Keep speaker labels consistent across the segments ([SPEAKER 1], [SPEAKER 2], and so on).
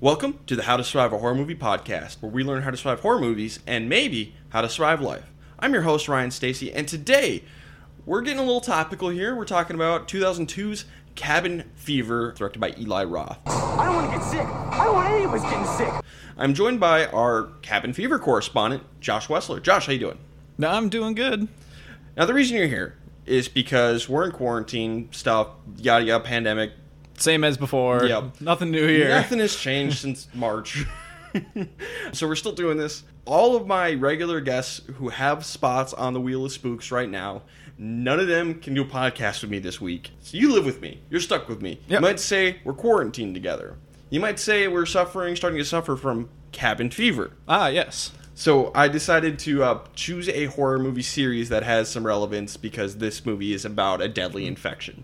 [SPEAKER 1] Welcome to the How to Survive a Horror Movie podcast, where we learn how to survive horror movies and maybe how to survive life. I'm your host, Ryan Stacy, and today we're getting a little topical here. We're talking about 2002's Cabin Fever, directed by Eli Roth.
[SPEAKER 2] I don't want to get sick. I don't want any of us getting sick.
[SPEAKER 1] I'm joined by our Cabin Fever correspondent, Josh Wessler. Josh, how you doing?
[SPEAKER 3] No, I'm doing good.
[SPEAKER 1] Now, the reason you're here is because we're in quarantine, stuff, yada yada, pandemic.
[SPEAKER 3] Same as before.
[SPEAKER 1] Yep.
[SPEAKER 3] Nothing new here.
[SPEAKER 1] Nothing has changed since March. so we're still doing this. All of my regular guests who have spots on the Wheel of Spooks right now, none of them can do a podcast with me this week. So you live with me. You're stuck with me. You
[SPEAKER 3] Yep.
[SPEAKER 1] might say we're quarantined together. You might say we're suffering, starting to suffer from cabin fever.
[SPEAKER 3] Ah, yes.
[SPEAKER 1] So I decided to uh, choose a horror movie series that has some relevance because this movie is about a deadly infection.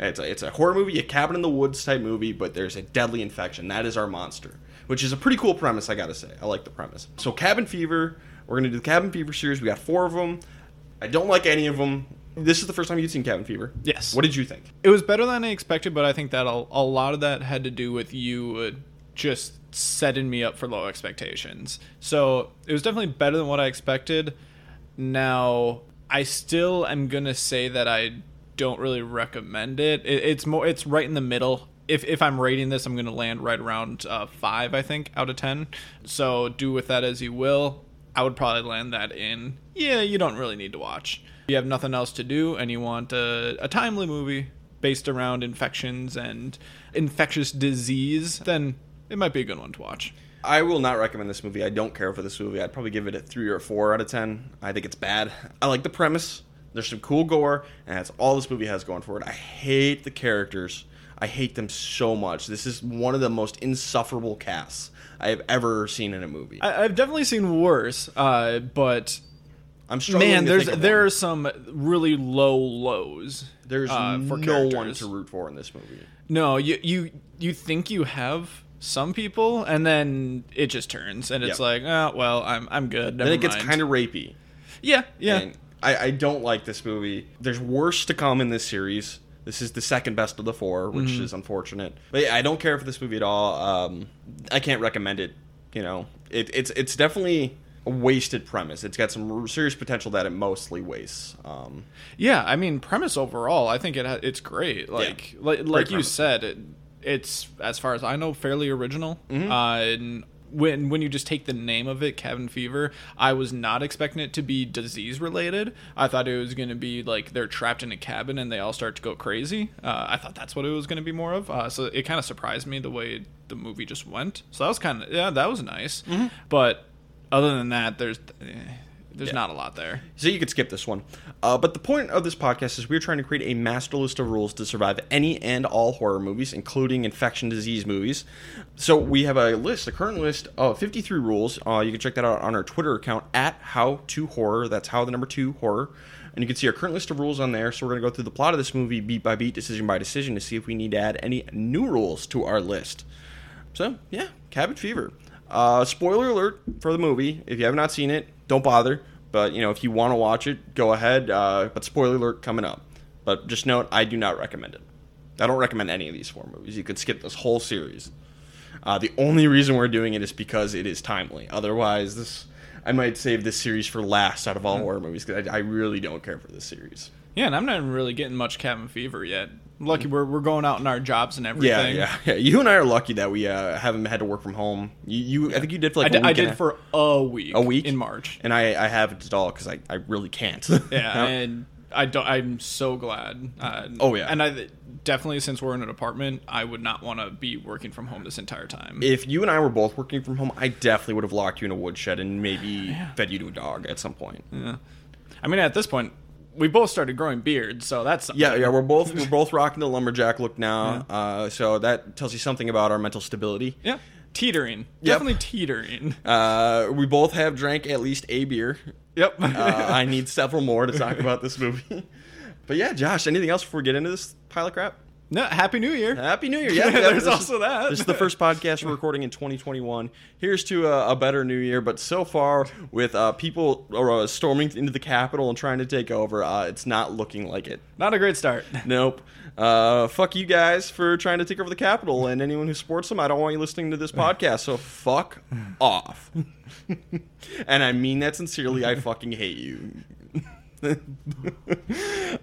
[SPEAKER 1] It's a, it's a horror movie, a cabin in the woods type movie, but there's a deadly infection. That is our monster, which is a pretty cool premise, I gotta say. I like the premise. So Cabin Fever, we're gonna do the Cabin Fever series. We got four of them. I don't like any of them. This is the first time you've seen Cabin Fever.
[SPEAKER 3] Yes.
[SPEAKER 1] What did you think?
[SPEAKER 3] It was better than I expected, but I think that a, a lot of that had to do with you uh, just setting me up for low expectations. So it was definitely better than what I expected. Now, I still am gonna say that I don't really recommend it. it it's more, it's right in the middle. If if I'm rating this, I'm gonna land right around uh, five, I think, out of ten. So do with that as you will. I would probably land that in. Yeah, you don't really need to watch. You have nothing else to do, and you want a, a timely movie based around infections and infectious disease. Then it might be a good one to watch.
[SPEAKER 1] I will not recommend this movie. I don't care for this movie. I'd probably give it a three or a four out of ten. I think it's bad. I like the premise. There's some cool gore, and that's all this movie has going for it. I hate the characters. I hate them so much. This is one of the most insufferable casts I have ever seen in a movie. I,
[SPEAKER 3] I, I've definitely seen worse, uh, but
[SPEAKER 1] am struggling.
[SPEAKER 3] man,
[SPEAKER 1] to
[SPEAKER 3] there's
[SPEAKER 1] think of
[SPEAKER 3] there
[SPEAKER 1] one.
[SPEAKER 3] are some really low lows.
[SPEAKER 1] there's
[SPEAKER 3] uh, for
[SPEAKER 1] no one
[SPEAKER 3] characters.
[SPEAKER 1] to root for in this movie.
[SPEAKER 3] No, you you you think you have some people, and then it just turns, and it's
[SPEAKER 1] Yeah.
[SPEAKER 3] like, oh well, I'm I'm good.
[SPEAKER 1] And it gets kind of rapey.
[SPEAKER 3] yeah yeah.
[SPEAKER 1] And I, I don't like this movie. There's worse to come in this series. This is the second best of the four, which is unfortunate. But yeah, I don't care for this movie at all. Um, I can't recommend it. You know, it, it's it's definitely a wasted premise. It's got some serious potential that it mostly wastes. Um,
[SPEAKER 3] Yeah, I mean, premise overall, I think it ha- it's great. Like like, like you
[SPEAKER 1] premise.
[SPEAKER 3] said, it, it's as far as I know, fairly original. Uh, and when when you just take the name of it, cabin fever, I was not expecting it to be disease related. I thought it was going to be like they're trapped in a cabin and they all start to go crazy. Uh, I thought that's what it was going to be more of. Uh, so it kind of surprised me the way the movie just went. So that was kind of yeah, that was nice. But other than that, there's eh, there's not a lot there.
[SPEAKER 1] So you could skip this one. Uh, but the point of this podcast is we're trying to create a master list of rules to survive any and all horror movies, including infection disease movies. So we have a list, a current list of 53 rules. Uh, you can check that out on our Twitter account at how to horror. That's how the number two horror. And you can see our current list of rules on there. So we're going to go through the plot of this movie beat by beat, decision by decision, to see if we need to add any new rules to our list. So yeah, Cabin Fever. Uh, spoiler alert for the movie. If you have not seen it, don't bother. But you know, if you want to watch it, go ahead. Uh, but spoiler alert coming up. But just note, I do not recommend it. I don't recommend any of these four movies. You could skip this whole series. Uh, the only reason we're doing it is because it is timely. Otherwise, this I might save this series for last out of
[SPEAKER 3] Mm.
[SPEAKER 1] all horror movies because I, I really don't care for this series.
[SPEAKER 3] Yeah, and I'm not even really getting much cabin fever yet. Lucky we're we're going out in our jobs and everything.
[SPEAKER 1] Mm. Yeah, yeah, yeah. You and I are lucky that we uh, haven't had to work from home. You, you I think you did for
[SPEAKER 3] I
[SPEAKER 1] like a
[SPEAKER 3] did,
[SPEAKER 1] week
[SPEAKER 3] I
[SPEAKER 1] and
[SPEAKER 3] did
[SPEAKER 1] a-
[SPEAKER 3] for a week.
[SPEAKER 1] a week
[SPEAKER 3] in March.
[SPEAKER 1] and I, I haven't at all because I, I really can't.
[SPEAKER 3] Yeah, and I don't. I'm so glad. Uh,
[SPEAKER 1] Oh, yeah.
[SPEAKER 3] and I definitely since we're in an apartment, I would not want to be working from home this entire time.
[SPEAKER 1] if you and I were both working from home, I definitely would have locked you in a woodshed and maybe fed you to a dog at some point. Yeah,
[SPEAKER 3] I mean, at this point, we both started growing beards, so that's something.
[SPEAKER 1] yeah, we're both we're both rocking the lumberjack look now. Uh, so that tells you something about our mental stability.
[SPEAKER 3] yeah, teetering,
[SPEAKER 1] Yep.
[SPEAKER 3] definitely teetering.
[SPEAKER 1] Uh, we both have drank at least a beer.
[SPEAKER 3] yep.
[SPEAKER 1] Uh, I need several more to talk about this movie. But yeah, Josh, anything else before we get into this pile of crap?
[SPEAKER 3] No, happy New Year.
[SPEAKER 1] Happy New Year! Yeah, yeah,
[SPEAKER 3] There's
[SPEAKER 1] this is-
[SPEAKER 3] also that.
[SPEAKER 1] This is the first podcast we're recording in 2021. Here's to a, a better New Year. But so far, with uh, people uh, storming into the Capitol and trying to take over, uh, it's not looking like it.
[SPEAKER 3] Not a great start.
[SPEAKER 1] Nope. Uh, fuck you guys for trying to take over the Capitol, and anyone who supports them, I don't want you listening to this podcast. So fuck off. and I mean that sincerely. I fucking hate you.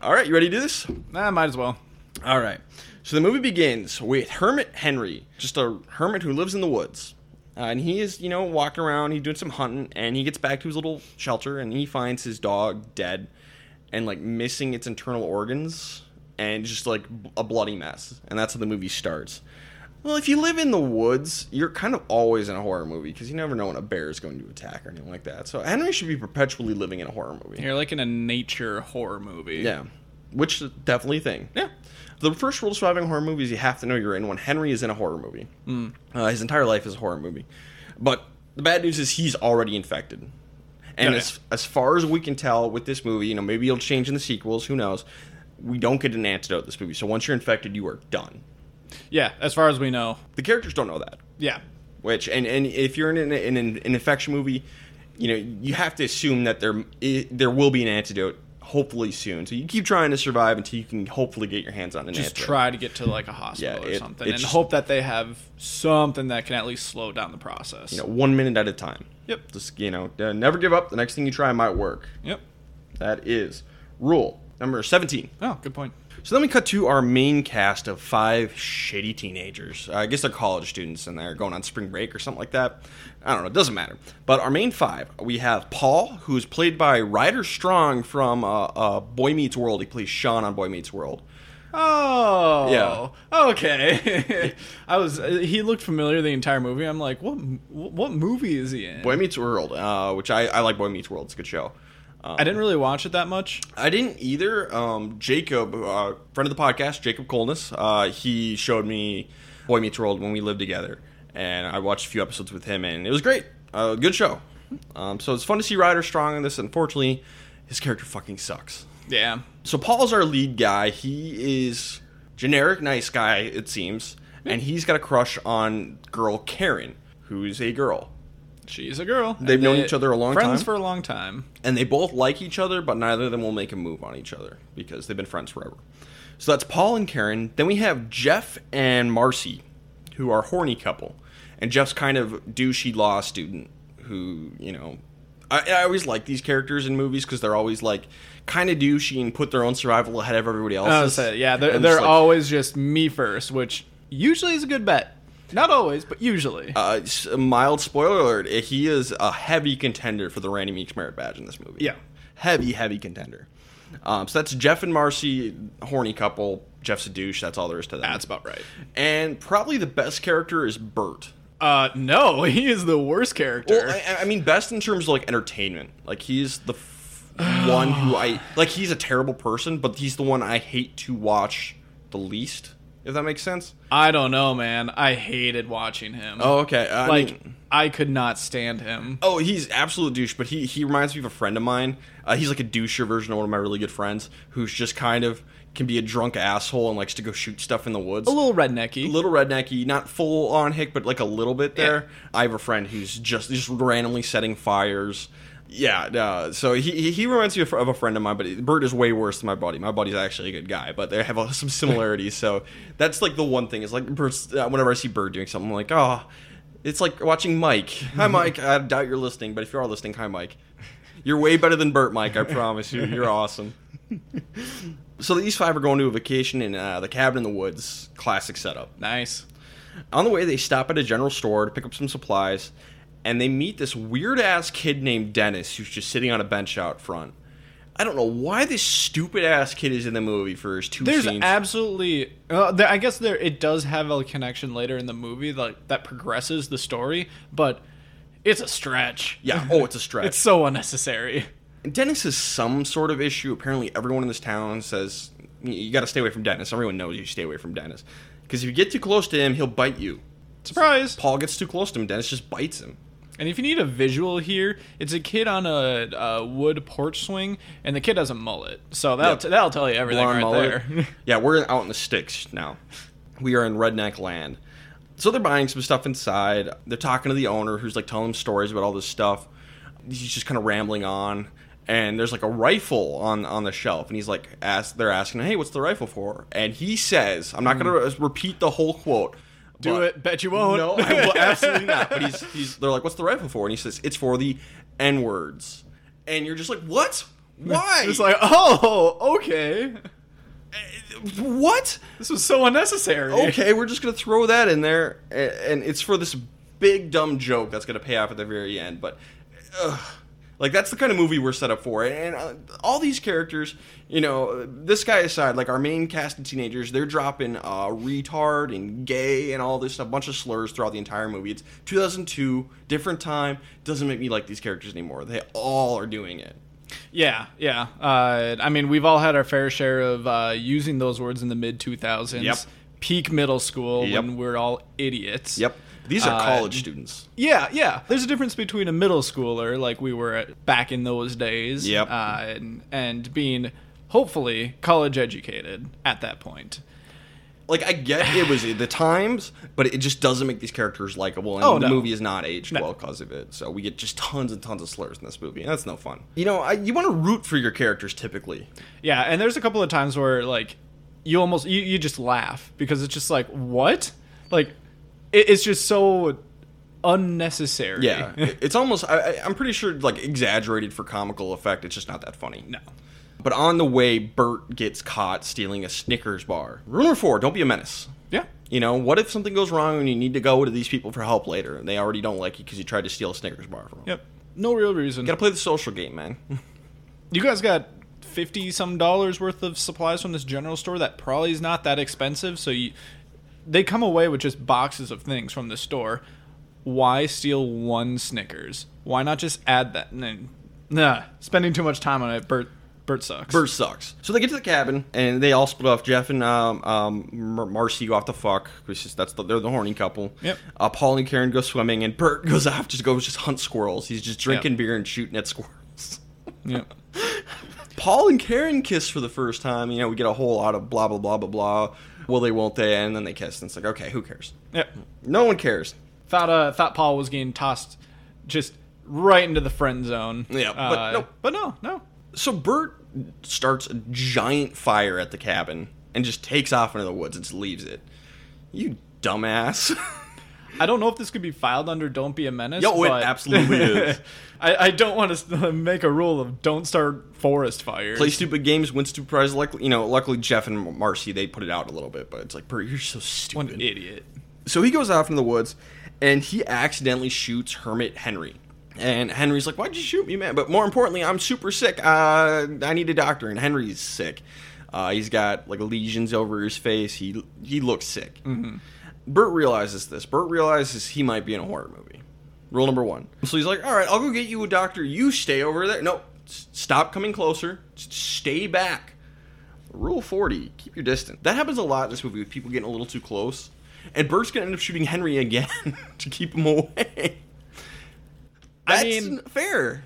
[SPEAKER 1] All right, you ready to do this?
[SPEAKER 3] Nah, might as well.
[SPEAKER 1] All right. So the movie begins with Hermit Henry, just a hermit who lives in the woods. Uh, and he is, you know, walking around, he's doing some hunting, and he gets back to his little shelter and he finds his dog dead and, like, missing its internal organs and just, like, b- a bloody mess. And that's how the movie starts. Well, if you live in the woods, you're kind of always in a horror movie because you never know when a bear is going to attack or anything like that. So Henry should be perpetually living in a horror movie.
[SPEAKER 3] You're like in a nature horror movie.
[SPEAKER 1] Yeah. Which is definitely a thing.
[SPEAKER 3] Yeah.
[SPEAKER 1] The first rule of surviving a horror movie is you have to know you're in one. Henry is in a horror movie.
[SPEAKER 3] Mm.
[SPEAKER 1] Uh, his entire life is a horror movie. But the bad news is he's already infected. And
[SPEAKER 3] Yeah.
[SPEAKER 1] as, as far as we can tell with this movie, you know, maybe it'll change in the sequels, who knows. We don't get an antidote this movie. So once you're infected, you are done.
[SPEAKER 3] Yeah, as far as we know.
[SPEAKER 1] The characters don't know that.
[SPEAKER 3] Yeah.
[SPEAKER 1] Which and, and if you're in an, in an, an infection movie, you know you have to assume that there i there will be an antidote hopefully soon. So you keep trying to survive until you can hopefully get your hands on an
[SPEAKER 3] Just
[SPEAKER 1] antidote.
[SPEAKER 3] try to get to like a hospital
[SPEAKER 1] Yeah,
[SPEAKER 3] or
[SPEAKER 1] it-
[SPEAKER 3] something
[SPEAKER 1] it's
[SPEAKER 3] and
[SPEAKER 1] just-
[SPEAKER 3] hope that they have something that can at least slow down the process.
[SPEAKER 1] You know, one minute at a time.
[SPEAKER 3] Yep.
[SPEAKER 1] Just you know, uh, never give up. The next thing you try might work.
[SPEAKER 3] Yep.
[SPEAKER 1] That is rule number seventeen.
[SPEAKER 3] Oh, good point.
[SPEAKER 1] So then we cut to our main cast of five shitty teenagers. Uh, I guess they're college students and they're going on spring break or something like that. I don't know. It doesn't matter. But our main five, we have Paul, who's played by Ryder Strong from uh, uh, Boy Meets World. He plays Sean on Boy Meets World.
[SPEAKER 3] Oh, yeah. Okay. I was. uh, He looked familiar the entire movie. I'm like, what? What movie is he in?
[SPEAKER 1] Boy Meets World, uh, which I, I like Boy Meets World. It's a good show. Um,
[SPEAKER 3] I didn't really watch it that much.
[SPEAKER 1] I didn't either. Um, Jacob, uh, friend of the podcast, Jacob Colness, uh, he showed me Boy Meets World when we lived together, and I watched a few episodes with him, and it was great. Uh, good show. Um, so it's fun to see Ryder Strong in this. Unfortunately, his character fucking sucks.
[SPEAKER 3] Yeah.
[SPEAKER 1] So Paul's our lead guy. He is generic nice guy, it seems, and he's got a crush on girl Karen, who's a girl.
[SPEAKER 3] She's a girl.
[SPEAKER 1] They've
[SPEAKER 3] And
[SPEAKER 1] known
[SPEAKER 3] they-
[SPEAKER 1] each other a long
[SPEAKER 3] friends
[SPEAKER 1] time?
[SPEAKER 3] for a long time.
[SPEAKER 1] and they both like each other, but neither of them will make a move on each other because they've been friends forever. So that's Paul and Karen. Then we have Jeff and Marcy, who are a horny couple, and Jeff's kind of douchey law student who you know. I, I always like these characters in movies because they're always like kind of douchey and put their own survival ahead of everybody else's.
[SPEAKER 3] I was gonna say, yeah, they're,
[SPEAKER 1] And
[SPEAKER 3] they're
[SPEAKER 1] just, like,
[SPEAKER 3] always just me first, which usually is a good bet. Not always, but usually.
[SPEAKER 1] Uh, s- mild spoiler alert: eh, he is a heavy contender for the Randy Meeks merit badge in this movie.
[SPEAKER 3] Yeah.
[SPEAKER 1] heavy, heavy contender. Um, so that's Jeff and Marcy, horny couple. Jeff's a douche. That's all there is to that.
[SPEAKER 3] That's about right.
[SPEAKER 1] And probably the best character is Bert.
[SPEAKER 3] Uh, no, he is the worst character.
[SPEAKER 1] Well, I, I mean, best in terms of like entertainment. Like he's the f- one who I like. He's a terrible person, but he's the one I hate to watch the least. If that makes sense.
[SPEAKER 3] I don't know, man. I hated watching him.
[SPEAKER 1] Oh, okay. I
[SPEAKER 3] like
[SPEAKER 1] mean-
[SPEAKER 3] I could not stand him.
[SPEAKER 1] Oh, he's absolute douche, but he he reminds me of a friend of mine. Uh, he's like a douchier version of one of my really good friends, who's just kind of can be a drunk asshole and likes to go shoot stuff in the woods.
[SPEAKER 3] A little rednecky.
[SPEAKER 1] Oh, little rednecky, not full on hick, but like a little bit there. I have a friend who's just just randomly setting fires. Yeah, uh, so he- he he reminds me of, of a friend of mine, but Bert is way worse than my buddy. My buddy's actually a good guy, but they have uh, some similarities. so that's like the one thing is like Bert's, uh, whenever I see Bert doing something, I'm like, oh, it's like watching Mike. Hi, Mike. I doubt you're listening, but if you are listening, hi, Mike. You're way better than Bert, Mike. I promise you. You're awesome. So these five are going to a vacation in uh, the cabin in the woods. Classic setup.
[SPEAKER 3] nice.
[SPEAKER 1] On the way, they stop at a general store to pick up some supplies, and they meet this weird ass kid named Dennis who's just sitting on a bench out front. I don't know why this stupid ass kid is in the movie for his two
[SPEAKER 3] There's
[SPEAKER 1] scenes.
[SPEAKER 3] absolutely. Uh, there, I guess there it does have a connection later in the movie like that progresses the story, but it's a stretch.
[SPEAKER 1] yeah, oh, it's a stretch.
[SPEAKER 3] it's so unnecessary.
[SPEAKER 1] Dennis is some sort of issue. Apparently, everyone in this town says "Y- you got to stay away from Dennis. Everyone knows you stay away from Dennis because if you get too close to him, he'll bite you.
[SPEAKER 3] Surprise.
[SPEAKER 1] Paul gets too close to him, Dennis just bites him.
[SPEAKER 3] And if you need a visual here, it's a kid on a, a wood porch swing, and the kid has a mullet. So that'll,
[SPEAKER 1] Yep.
[SPEAKER 3] t- that'll tell you everything
[SPEAKER 1] Blonde
[SPEAKER 3] right
[SPEAKER 1] mullet.
[SPEAKER 3] there.
[SPEAKER 1] yeah, we're out in the sticks now. We are in redneck land. So they're buying some stuff inside. They're talking to the owner who's like telling them stories about all this stuff. He's just kind of rambling on. And there's like a rifle on on the shelf, and he's like, ask, they're asking, "Hey, what's the rifle for?" And he says, "I'm not going to repeat the whole quote.
[SPEAKER 3] Mm. Do
[SPEAKER 1] but-
[SPEAKER 3] it. Bet you won't.
[SPEAKER 1] No, I will absolutely not. But he's, he's they're like, what's the rifle for? And he says, it's for the N words. And you're just like, what? Why?
[SPEAKER 3] It's like, oh, okay.
[SPEAKER 1] what?
[SPEAKER 3] This was so unnecessary.
[SPEAKER 1] Okay, we're just gonna throw that in there, a- and it's for this big dumb joke that's gonna pay off at the very end. But, ugh, like, that's the kind of movie we're set up for. And uh, all these characters, you know, this guy aside, like our main cast of teenagers, they're dropping uh, retard and gay and all this stuff, bunch of slurs throughout the entire movie. It's 2002, different time. Doesn't make me like these characters anymore. They all are doing it.
[SPEAKER 3] Yeah, yeah. Uh, I mean, we've all had our fair share of uh, using those words in the mid 2000s.
[SPEAKER 1] Yep.
[SPEAKER 3] Peak middle school
[SPEAKER 1] Yep.
[SPEAKER 3] when we're all idiots.
[SPEAKER 1] Yep, these are
[SPEAKER 3] Uh,
[SPEAKER 1] college students.
[SPEAKER 3] Yeah, yeah. There's a difference between a middle schooler, like we were at, back in those days,
[SPEAKER 1] Yep.
[SPEAKER 3] uh, and, and being hopefully college educated at that point.
[SPEAKER 1] Like I get it was the times, but it just doesn't make these characters likable, and
[SPEAKER 3] Oh,
[SPEAKER 1] the
[SPEAKER 3] no.
[SPEAKER 1] movie is not aged well because of it. So we get just tons and tons of slurs in this movie, and that's no fun. You know, I, you want to root for your characters typically.
[SPEAKER 3] Yeah, and there's a couple of times where like you almost you, you just laugh because it's just like what like it, it's just so unnecessary.
[SPEAKER 1] Yeah, it- it's almost I, I- I'm pretty sure like exaggerated for comical effect. It's just not that funny.
[SPEAKER 3] no.
[SPEAKER 1] But on the way, Bert gets caught stealing a Snickers bar. Rule number four: Don't be a menace.
[SPEAKER 3] Yeah.
[SPEAKER 1] You know, what if something goes wrong and you need to go to these people for help later, and they already don't like you because you tried to steal a Snickers bar from them?
[SPEAKER 3] Yep. No real reason.
[SPEAKER 1] Gotta play the social game, man.
[SPEAKER 3] You guys got fifty some dollars worth of supplies from this general store that probably is not that expensive. So you, they come away with just boxes of things from the store. Why steal one Snickers? Why not just add that? And then, nah, spending too much time on it. Bert, Bert sucks.
[SPEAKER 1] Bird sucks. So they get to the cabin and they all split off. Jeff and um, um, Mar- Marcy go off to fuck. Which is, that's the, they're the horny couple.
[SPEAKER 3] Yep.
[SPEAKER 1] Uh, Paul and Karen go swimming, and Bert goes off just goes just hunt squirrels. He's just drinking
[SPEAKER 3] Yep.
[SPEAKER 1] beer and shooting at squirrels.
[SPEAKER 3] Yep.
[SPEAKER 1] Paul and Karen kiss for the first time. You know, we get a whole lot of blah blah blah blah blah. Will they? Won't they? And then they kiss, and it's like, okay, who cares?
[SPEAKER 3] Yep.
[SPEAKER 1] No one cares.
[SPEAKER 3] Thought uh, thought Paul was getting tossed just right into the friend zone.
[SPEAKER 1] Yeah,
[SPEAKER 3] Uh,
[SPEAKER 1] but no.
[SPEAKER 3] But no, no.
[SPEAKER 1] So Bert starts a giant fire at the cabin and just takes off into the woods and just leaves it. You dumbass.
[SPEAKER 3] I don't know if this could be filed under "Don't be a menace."
[SPEAKER 1] Yo, it
[SPEAKER 3] but-
[SPEAKER 1] absolutely is.
[SPEAKER 3] I, I don't want to make a rule of don't start forest fires.
[SPEAKER 1] play stupid games, win stupid prizes. Luckily, you know, luckily Jeff and Marcy they put it out a little bit, but it's like, Bert, you're so
[SPEAKER 3] What
[SPEAKER 1] stupid.
[SPEAKER 3] an idiot.
[SPEAKER 1] So he goes off into the woods, and he accidentally shoots Hermit Henry. And Henry's like, "Why'd you shoot me, man?" But more importantly, I'm super sick. Uh, I need a doctor. And Henry's sick. Uh, he's got like lesions over his face. He he looks sick. Bert realizes this. Bert realizes he might be in a horror movie. Rule number one. So he's like, all right, I'll go get you a doctor. You stay over there. No, s- stop coming closer. S- Stay back. Rule 40, keep your distance. That happens a lot in this movie with people getting a little too close. And Bert's going to end up shooting Henry again to keep him away. That's
[SPEAKER 3] I mean,
[SPEAKER 1] fair.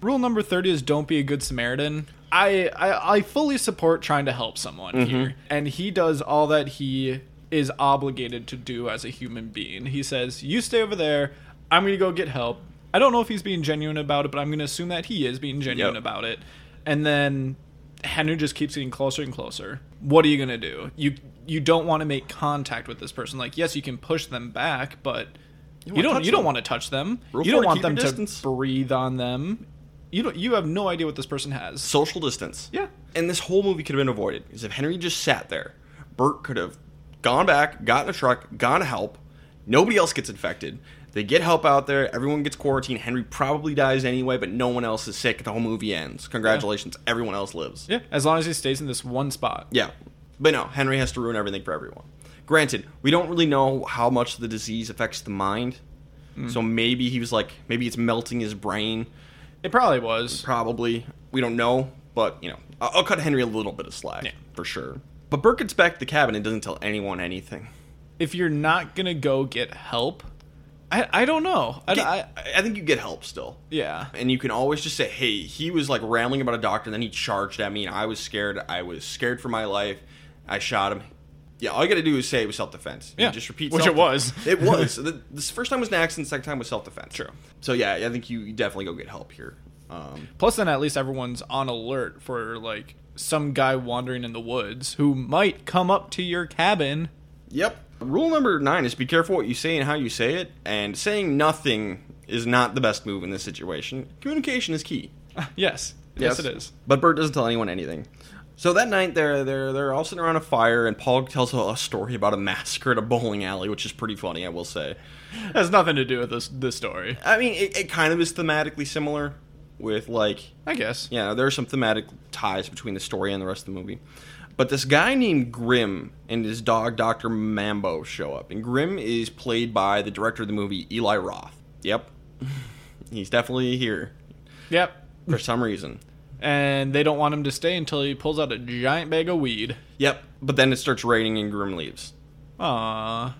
[SPEAKER 3] rule number thirty is don't be a good Samaritan. I I, I fully support trying to help someone
[SPEAKER 1] Mm-hmm.
[SPEAKER 3] here, and he does all that he is obligated to do as a human being. He says, "You stay over there. I'm gonna go get help." I don't know if he's being genuine about it, but I'm gonna assume that he is being genuine
[SPEAKER 1] Yep.
[SPEAKER 3] about it. And then Henry just keeps getting closer and closer. What are you gonna do? You you don't want to make contact with this person. Like, yes, you can push them back, but you,
[SPEAKER 1] wanna
[SPEAKER 3] don't
[SPEAKER 1] touch
[SPEAKER 3] you don't
[SPEAKER 1] them.
[SPEAKER 3] want to touch them.
[SPEAKER 1] Rule
[SPEAKER 3] you don't
[SPEAKER 1] 40,
[SPEAKER 3] want
[SPEAKER 1] keep your
[SPEAKER 3] them
[SPEAKER 1] distance.
[SPEAKER 3] to breathe on them. You don't. You have no idea what this person has.
[SPEAKER 1] Social distance.
[SPEAKER 3] yeah,
[SPEAKER 1] And this whole movie could have been avoided. Because if Henry just sat there, Bert could have gone back, got in a truck, gone to help. Nobody else gets infected. They get help out there. Everyone gets quarantined. Henry probably dies anyway, but no one else is sick. The whole movie ends. Congratulations. Everyone else lives.
[SPEAKER 3] yeah. As long as he stays in this one spot.
[SPEAKER 1] Yeah. But no, Henry has to ruin everything for everyone. Granted, we don't really know how much the disease affects the mind.
[SPEAKER 3] Hmm.
[SPEAKER 1] So maybe he was like, maybe it's melting his brain.
[SPEAKER 3] It probably was.
[SPEAKER 1] Probably. We don't know, but, you know, I- I'll cut Henry a little bit of slack
[SPEAKER 3] Yeah.
[SPEAKER 1] for sure. But Burke gets back to the cabin and doesn't tell anyone anything.
[SPEAKER 3] If you're not gonna go get help, I, I don't know. I,
[SPEAKER 1] Get-
[SPEAKER 3] I-
[SPEAKER 1] I think you get help still.
[SPEAKER 3] yeah.
[SPEAKER 1] And you can always just say, hey, he was like rambling about a doctor, and then he charged at me, and I was scared. I was scared for my life. I shot him. Yeah, all you got to do is say it was self defense.
[SPEAKER 3] Yeah,
[SPEAKER 1] just repeat.
[SPEAKER 3] which it
[SPEAKER 1] self-defense.
[SPEAKER 3] was.
[SPEAKER 1] it was. The, this first time was an accident. Second time was self defense. True. So yeah, I think you definitely go get help here. Um,
[SPEAKER 3] Plus, then at least everyone's on alert for like some guy wandering in the woods who might come up to your cabin.
[SPEAKER 1] Yep. Rule number nine is be careful what you say and how you say it, and saying nothing is not the best move in this situation. Communication is key.
[SPEAKER 3] Yes. Yes, it is.
[SPEAKER 1] But Bert doesn't tell anyone anything. So that night, they're they're they're all sitting around a fire, and Paul tells a, a story about a massacre at a bowling alley, which is pretty funny, I will say.
[SPEAKER 3] has nothing to do with this this story.
[SPEAKER 1] I mean, it, it kind of is thematically similar, with like
[SPEAKER 3] I guess.
[SPEAKER 1] yeah, there are some thematic ties between the story and the rest of the movie. But this guy named Grimm and his dog Dr. Mambo show up. And Grimm is played by the director of the movie, Eli Roth. Yep. He's definitely here
[SPEAKER 3] Yep.
[SPEAKER 1] for some reason.
[SPEAKER 3] And they don't want him to stay until he pulls out a giant bag of weed.
[SPEAKER 1] Yep. But then it starts raining and Grimm leaves.
[SPEAKER 3] Aw.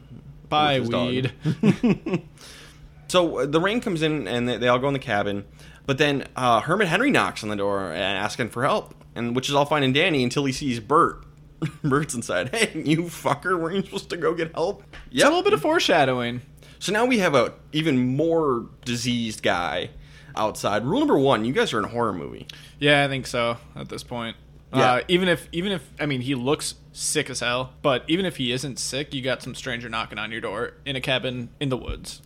[SPEAKER 3] Bye,
[SPEAKER 1] With his dog.
[SPEAKER 3] weed.
[SPEAKER 1] So uh, the rain comes in and they, they all go in the cabin. But then uh, Herman Henry knocks on the door and asking for help, and which is all fine and dandy until he sees Bert. Bert's inside. Hey, you fucker! Weren't you supposed to go get help?
[SPEAKER 3] It's a
[SPEAKER 1] Yep.
[SPEAKER 3] little bit of foreshadowing.
[SPEAKER 1] So now we have a even more diseased guy outside. Rule number one: you guys are in a horror movie.
[SPEAKER 3] Yeah, I think so at this point.
[SPEAKER 1] Yeah.
[SPEAKER 3] Uh, even if, even if, I mean, he looks sick as hell, but even if he isn't sick, you got some stranger knocking on your door in a cabin in the woods.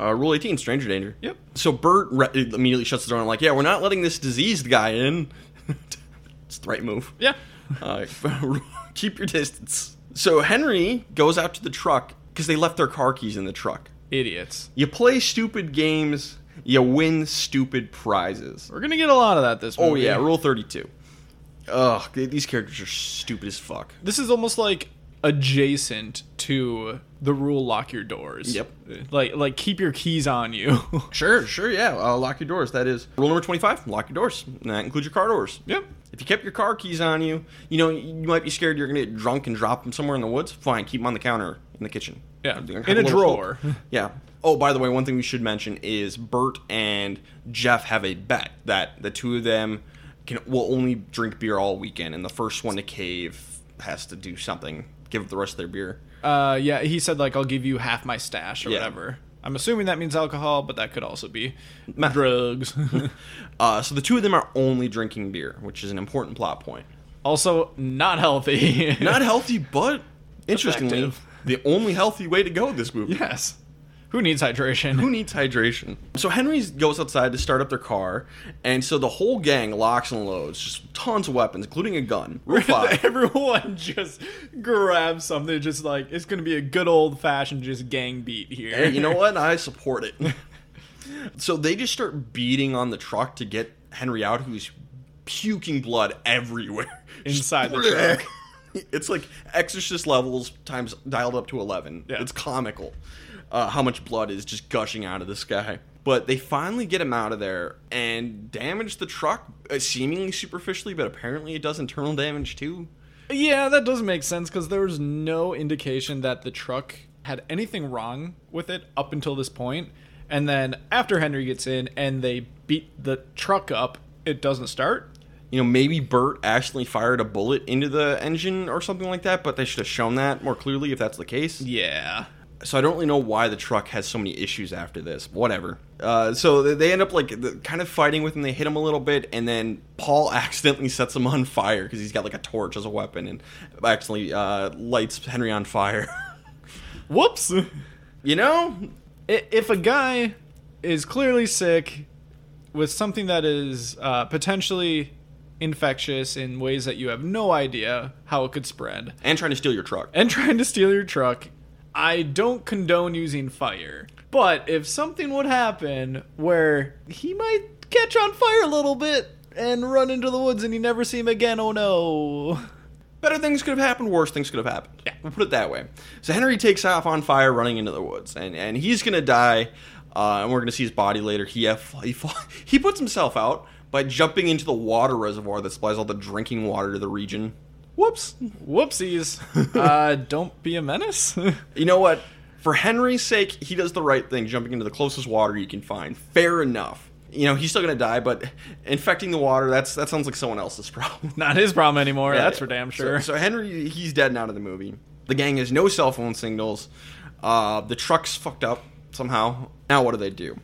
[SPEAKER 1] Uh, rule eighteen: stranger danger.
[SPEAKER 3] Yep.
[SPEAKER 1] So Bert re- immediately shuts the door and like, yeah, we're not letting this diseased guy in. it's the right move.
[SPEAKER 3] Yeah.
[SPEAKER 1] Uh, keep your distance. So Henry goes out to the truck because they left their car keys in the truck.
[SPEAKER 3] Idiots.
[SPEAKER 1] You play stupid games. You win stupid prizes.
[SPEAKER 3] We're gonna get a lot of that this
[SPEAKER 1] Oh
[SPEAKER 3] movie.
[SPEAKER 1] yeah, rule thirty-two. Ugh, these characters are stupid as fuck.
[SPEAKER 3] this is almost like adjacent to the rule lock your doors.
[SPEAKER 1] Yep.
[SPEAKER 3] Like like keep your keys on you.
[SPEAKER 1] Sure, sure, yeah. Uh, lock your doors. That is rule number 25. Lock your doors. And that includes your car doors.
[SPEAKER 3] yep.
[SPEAKER 1] If you kept your car keys on you, you know, you might be scared you're going to get drunk and drop them somewhere in the woods. Fine, keep them on the counter in the kitchen.
[SPEAKER 3] Yeah,
[SPEAKER 1] Have
[SPEAKER 3] in a
[SPEAKER 1] little
[SPEAKER 3] drawer.
[SPEAKER 1] hook. yeah. Oh, by the way, one thing we should mention is Bert and Jeff have a bet that the two of them can will only drink beer all weekend, and the first one to cave has to do something, give up the rest of their beer.
[SPEAKER 3] Uh yeah, he said like I'll give you half my stash or
[SPEAKER 1] Yeah.
[SPEAKER 3] whatever. I'm assuming that means alcohol, but that could also be
[SPEAKER 1] Meth.
[SPEAKER 3] drugs.
[SPEAKER 1] Uh, so the two of them are only drinking beer, which is an important plot point.
[SPEAKER 3] also not healthy.
[SPEAKER 1] Not healthy, but interestingly,
[SPEAKER 3] Effective.
[SPEAKER 1] the only healthy way to go this movie.
[SPEAKER 3] yes. Who needs hydration?
[SPEAKER 1] Who needs hydration? So Henry goes outside to start up their car, and so the whole gang locks and loads, just tons of weapons, including a gun. Rule five.
[SPEAKER 3] Everyone just grabs something, just like it's gonna be a good old fashioned just gang beat here.
[SPEAKER 1] Hey, you know what? I support it. so they just start beating on the truck to get Henry out, who's puking blood everywhere Just
[SPEAKER 3] Inside the truck.
[SPEAKER 1] It's like Exorcist levels times dialed up to eleven.
[SPEAKER 3] Yeah.
[SPEAKER 1] It's comical uh, how much blood is just gushing out of this guy. But they finally get him out of there and damage the truck uh, seemingly superficially, but apparently it does internal damage too.
[SPEAKER 3] Yeah, that does make sense because there was no indication that the truck had anything wrong with it up until this point. And then after Henry gets in and they beat the truck up, it doesn't start.
[SPEAKER 1] you know, maybe Bert accidentally fired a bullet into the engine or something like that, but they should have shown that more clearly if that's the case.
[SPEAKER 3] Yeah.
[SPEAKER 1] So I don't really know why the truck has so many issues after this. Whatever. Uh, so they- they end up like the- kind of fighting with him. They hit him a little bit, and then Paul accidentally sets him on fire because he's got like a torch as a weapon and accidentally uh, lights Henry on fire.
[SPEAKER 3] Whoops. I-
[SPEAKER 1] you know,
[SPEAKER 3] if a guy is clearly sick with something that is uh, potentially infectious in ways that you have no idea how it could spread
[SPEAKER 1] and trying to steal your truck.
[SPEAKER 3] and trying to steal your truck. I don't condone using fire. But if something would happen where he might catch on fire a little bit and run into the woods and you never see him again, oh no.
[SPEAKER 1] Better things could have happened, worse things could have happened. Yeah. We'll put it that way. So Henry takes off on fire running into the woods, and, and he's going to die, uh, and we're going to see his body later. He, f- he, fa- he puts himself out by jumping into the water reservoir that supplies all the drinking water to the region. Whoops.
[SPEAKER 3] Whoopsies. uh, don't be a menace.
[SPEAKER 1] You know what? For Henry's sake, he does the right thing, jumping into the closest water you can find. Fair enough. You know, he's still gonna die, but infecting the water, that's that sounds like someone else's problem.
[SPEAKER 3] Not his problem anymore.
[SPEAKER 1] Yeah,
[SPEAKER 3] that's for
[SPEAKER 1] yeah.
[SPEAKER 3] damn sure.
[SPEAKER 1] So, so Henry, he's dead and out of the movie. The gang has no cell phone signals. Uh, the truck's fucked up somehow. Now what do they do?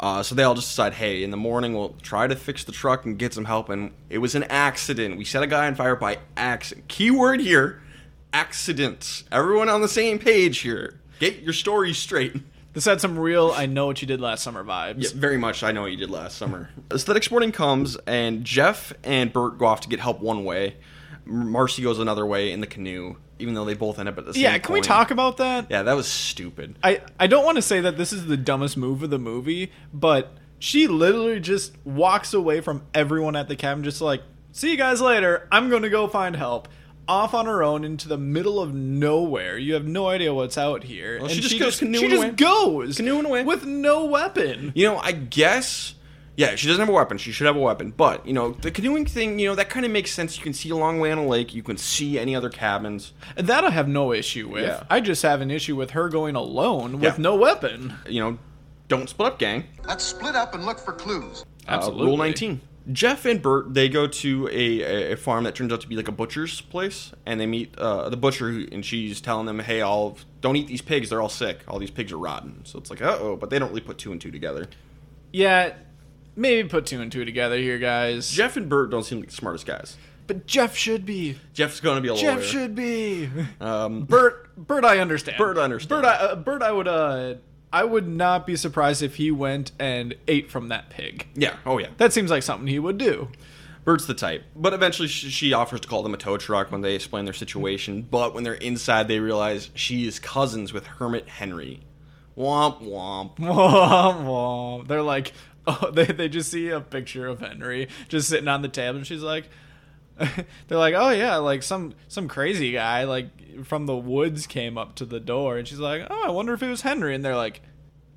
[SPEAKER 1] Uh, so they all just decide, hey, in the morning we'll try to fix the truck and get some help. And it was an accident. We set a guy on fire by accident. Keyword here: accidents. Everyone on the same page here. Get your story straight.
[SPEAKER 3] this had some real "I know what you did last summer" vibes.
[SPEAKER 1] Yeah, very much. I know what you did last summer. so the next morning comes, and Jeff and Bert go off to get help one way. Marcy goes another way in the canoe, even though they both end up at the same.
[SPEAKER 3] Yeah, can we
[SPEAKER 1] point.
[SPEAKER 3] talk about that?
[SPEAKER 1] Yeah, that was stupid.
[SPEAKER 3] I, I don't want to say that this is the dumbest move of the movie, but she literally just walks away from everyone at the cabin, just like, see you guys later. I'm going to go find help. Off on her own into the middle of nowhere. You have no idea what's out here.
[SPEAKER 1] she just goes canoeing
[SPEAKER 3] she just
[SPEAKER 1] away.
[SPEAKER 3] goes
[SPEAKER 1] Canoeing away.
[SPEAKER 3] with no weapon.
[SPEAKER 1] You know, I guess. Yeah, she doesn't have a weapon. She should have a weapon. But, you know, the canoeing thing, you know, that kind of makes sense. You can see a long way on a lake. You can see any other cabins.
[SPEAKER 3] That I have no issue with.
[SPEAKER 1] Yeah.
[SPEAKER 3] I just have an issue with her going alone
[SPEAKER 1] Yeah. Uh,
[SPEAKER 3] with no weapon.
[SPEAKER 1] You know, don't split up, gang.
[SPEAKER 4] Let's split up and look for clues.
[SPEAKER 1] Uh, rule 19. Jeff and Bert, they go to a, a- a farm that turns out to be like a butcher's place, and they meet uh, the butcher, who, and she's telling them, hey, all don't eat these pigs. They're all sick. All these pigs are rotten. So it's like, uh oh, but they don't really put two and two together.
[SPEAKER 3] Yeah, maybe put two and two together here, guys.
[SPEAKER 1] Jeff and Bert don't seem like the smartest guys.
[SPEAKER 3] but Jeff should be.
[SPEAKER 1] Jeff's going to be a
[SPEAKER 3] Jeff
[SPEAKER 1] lawyer.
[SPEAKER 3] should be.
[SPEAKER 1] Um,
[SPEAKER 3] Bert, Bert, I understand.
[SPEAKER 1] Bert, I understand.
[SPEAKER 3] Bert, I, uh, Bert, I would, uh, I would not be surprised if he went and ate from that pig.
[SPEAKER 1] yeah, oh yeah.
[SPEAKER 3] That seems like something he would do.
[SPEAKER 1] Bert's the type. But eventually she, she offers to call them a tow truck when they explain their situation. But when they're inside, they realize she is cousins with Hermit Henry. Womp womp.
[SPEAKER 3] Womp womp. They're like, oh, they they just see a picture of Henry just sitting on the tab, and she's like, they're like, oh yeah, like some some crazy guy like from the woods came up to the door, and she's like, oh, I wonder if it was Henry, and they're like,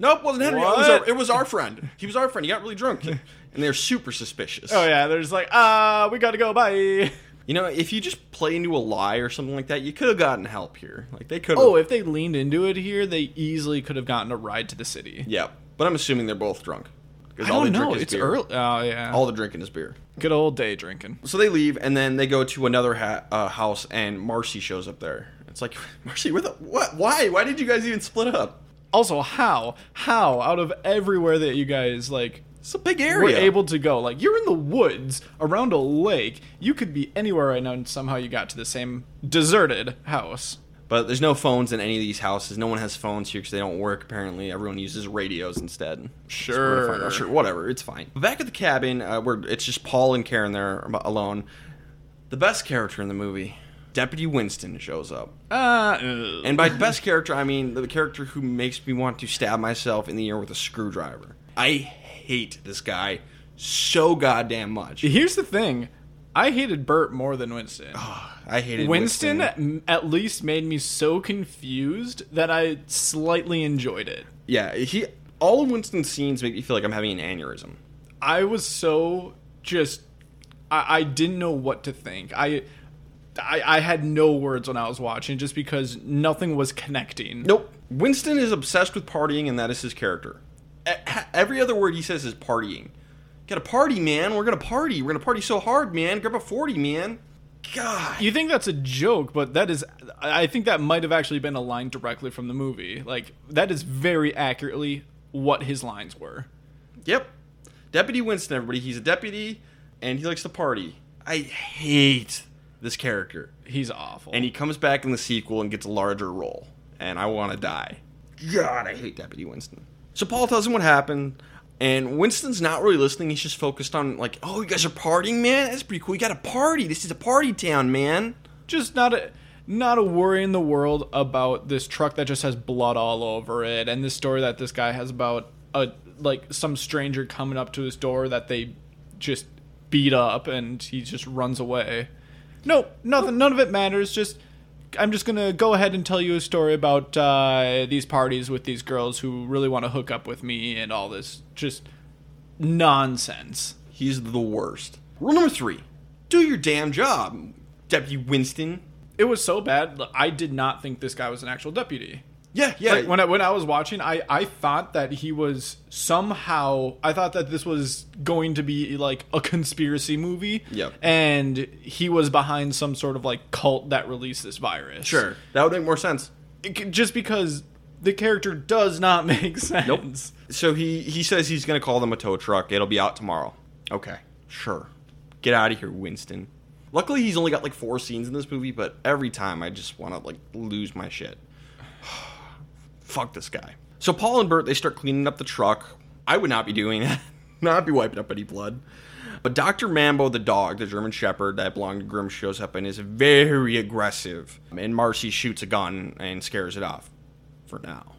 [SPEAKER 1] Nope, wasn't Henry. It was,
[SPEAKER 3] What?
[SPEAKER 1] our, it was our friend. He was our friend. He got really drunk. and they're super suspicious.
[SPEAKER 3] oh yeah, they're just like, ah, we gotta go, bye.
[SPEAKER 1] You know, if you just play into a lie or something like that, you could have gotten help here. Like, they could have.
[SPEAKER 3] Oh, if they leaned into it here, they easily could have gotten a ride to the city.
[SPEAKER 1] yeah. But I'm assuming they're both drunk. 'Cause
[SPEAKER 3] I
[SPEAKER 1] all they
[SPEAKER 3] don't
[SPEAKER 1] drink
[SPEAKER 3] know.
[SPEAKER 1] is
[SPEAKER 3] It's
[SPEAKER 1] beer.
[SPEAKER 3] early. Oh yeah.
[SPEAKER 1] All they're drinking is beer.
[SPEAKER 3] Good old day drinking.
[SPEAKER 1] So they leave, and then they go to another ha- uh, house, and Marcy shows up there. It's like, Marcy, where the, what? Why? Why did you guys even split up?
[SPEAKER 3] Also, how how out of everywhere that you guys like
[SPEAKER 1] It's a big area.
[SPEAKER 3] were able to go, like you're in the woods around a lake, you could be anywhere right now, and somehow you got to the same deserted house.
[SPEAKER 1] but there's no phones in any of these houses. No one has phones here because they don't work. Apparently, everyone uses radios instead. That's where to find out.
[SPEAKER 3] Sure.
[SPEAKER 1] sure, whatever. It's fine. Back at the cabin, uh, where it's just Paul and Karen there ab- alone. The best character in the movie, Deputy Winston, shows up.
[SPEAKER 3] Uh,
[SPEAKER 1] And by best character, I mean the character who makes me want to stab myself in the ear with a screwdriver. I hate this guy so goddamn much.
[SPEAKER 3] here's the thing, I hated Bert more than Winston.
[SPEAKER 1] I hated
[SPEAKER 3] Winston,
[SPEAKER 1] Winston.
[SPEAKER 3] m- at least made me so confused that I slightly enjoyed it.
[SPEAKER 1] Yeah, he all of Winston's scenes make me feel like I'm having an aneurysm.
[SPEAKER 3] I was so just I, I didn't know what to think. I, I I had no words when I was watching just because nothing was connecting.
[SPEAKER 1] Nope. Winston is obsessed with partying, and that is his character. E- Every other word he says is partying. Gotta party, man. We're gonna party. We're gonna party so hard, man. Grab a 40, man. God.
[SPEAKER 3] You think that's a joke, but that is I I think that might have actually been a line directly from the movie. Like that is very accurately what his lines were.
[SPEAKER 1] Yep. Deputy Winston, everybody. He's a deputy, and he likes to party. I hate this character.
[SPEAKER 3] He's awful.
[SPEAKER 1] And he comes back in the sequel and gets a larger role. And I want to die. God, I hate Deputy Winston. So Paul tells him what happened. And Winston's not really listening. He's just focused on, like, oh, you guys are partying, man? That's pretty cool. You got a party. This is a party town, man.
[SPEAKER 3] just not a not a worry in the world about this truck that just has blood all over it and this story that this guy has about a like some stranger coming up to his door that they just beat up and he just runs away. No, nothing none of it matters. Just I'm just gonna go ahead and tell you a story about uh, these parties with these girls who really want to hook up with me and all this just nonsense.
[SPEAKER 1] He's the worst. Rule number three do your damn job, Deputy Winston.
[SPEAKER 3] It was so bad. I did not think this guy was an actual deputy.
[SPEAKER 1] Yeah, yeah.
[SPEAKER 3] Like, when I when I was watching, I I thought that he was somehow. I thought that this was going to be like a conspiracy movie.
[SPEAKER 1] Yep.
[SPEAKER 3] And he was behind some sort of like cult that released this virus.
[SPEAKER 1] sure, that would make more sense.
[SPEAKER 3] It c- just because the character does not make sense.
[SPEAKER 1] So he he says he's going to call them a tow truck. It'll be out tomorrow. Okay, sure. Get out of here, Winston. Luckily, he's only got like four scenes in this movie, but every time I just want to like lose my shit. Fuck this guy. So Paul and Bert they start cleaning up the truck. I would not be doing that. not be wiping up any blood. But Dr. Mambo, the dog, the German Shepherd that belonged to Grimm, shows up and is very aggressive. And Marcy shoots a gun and scares it off. For now.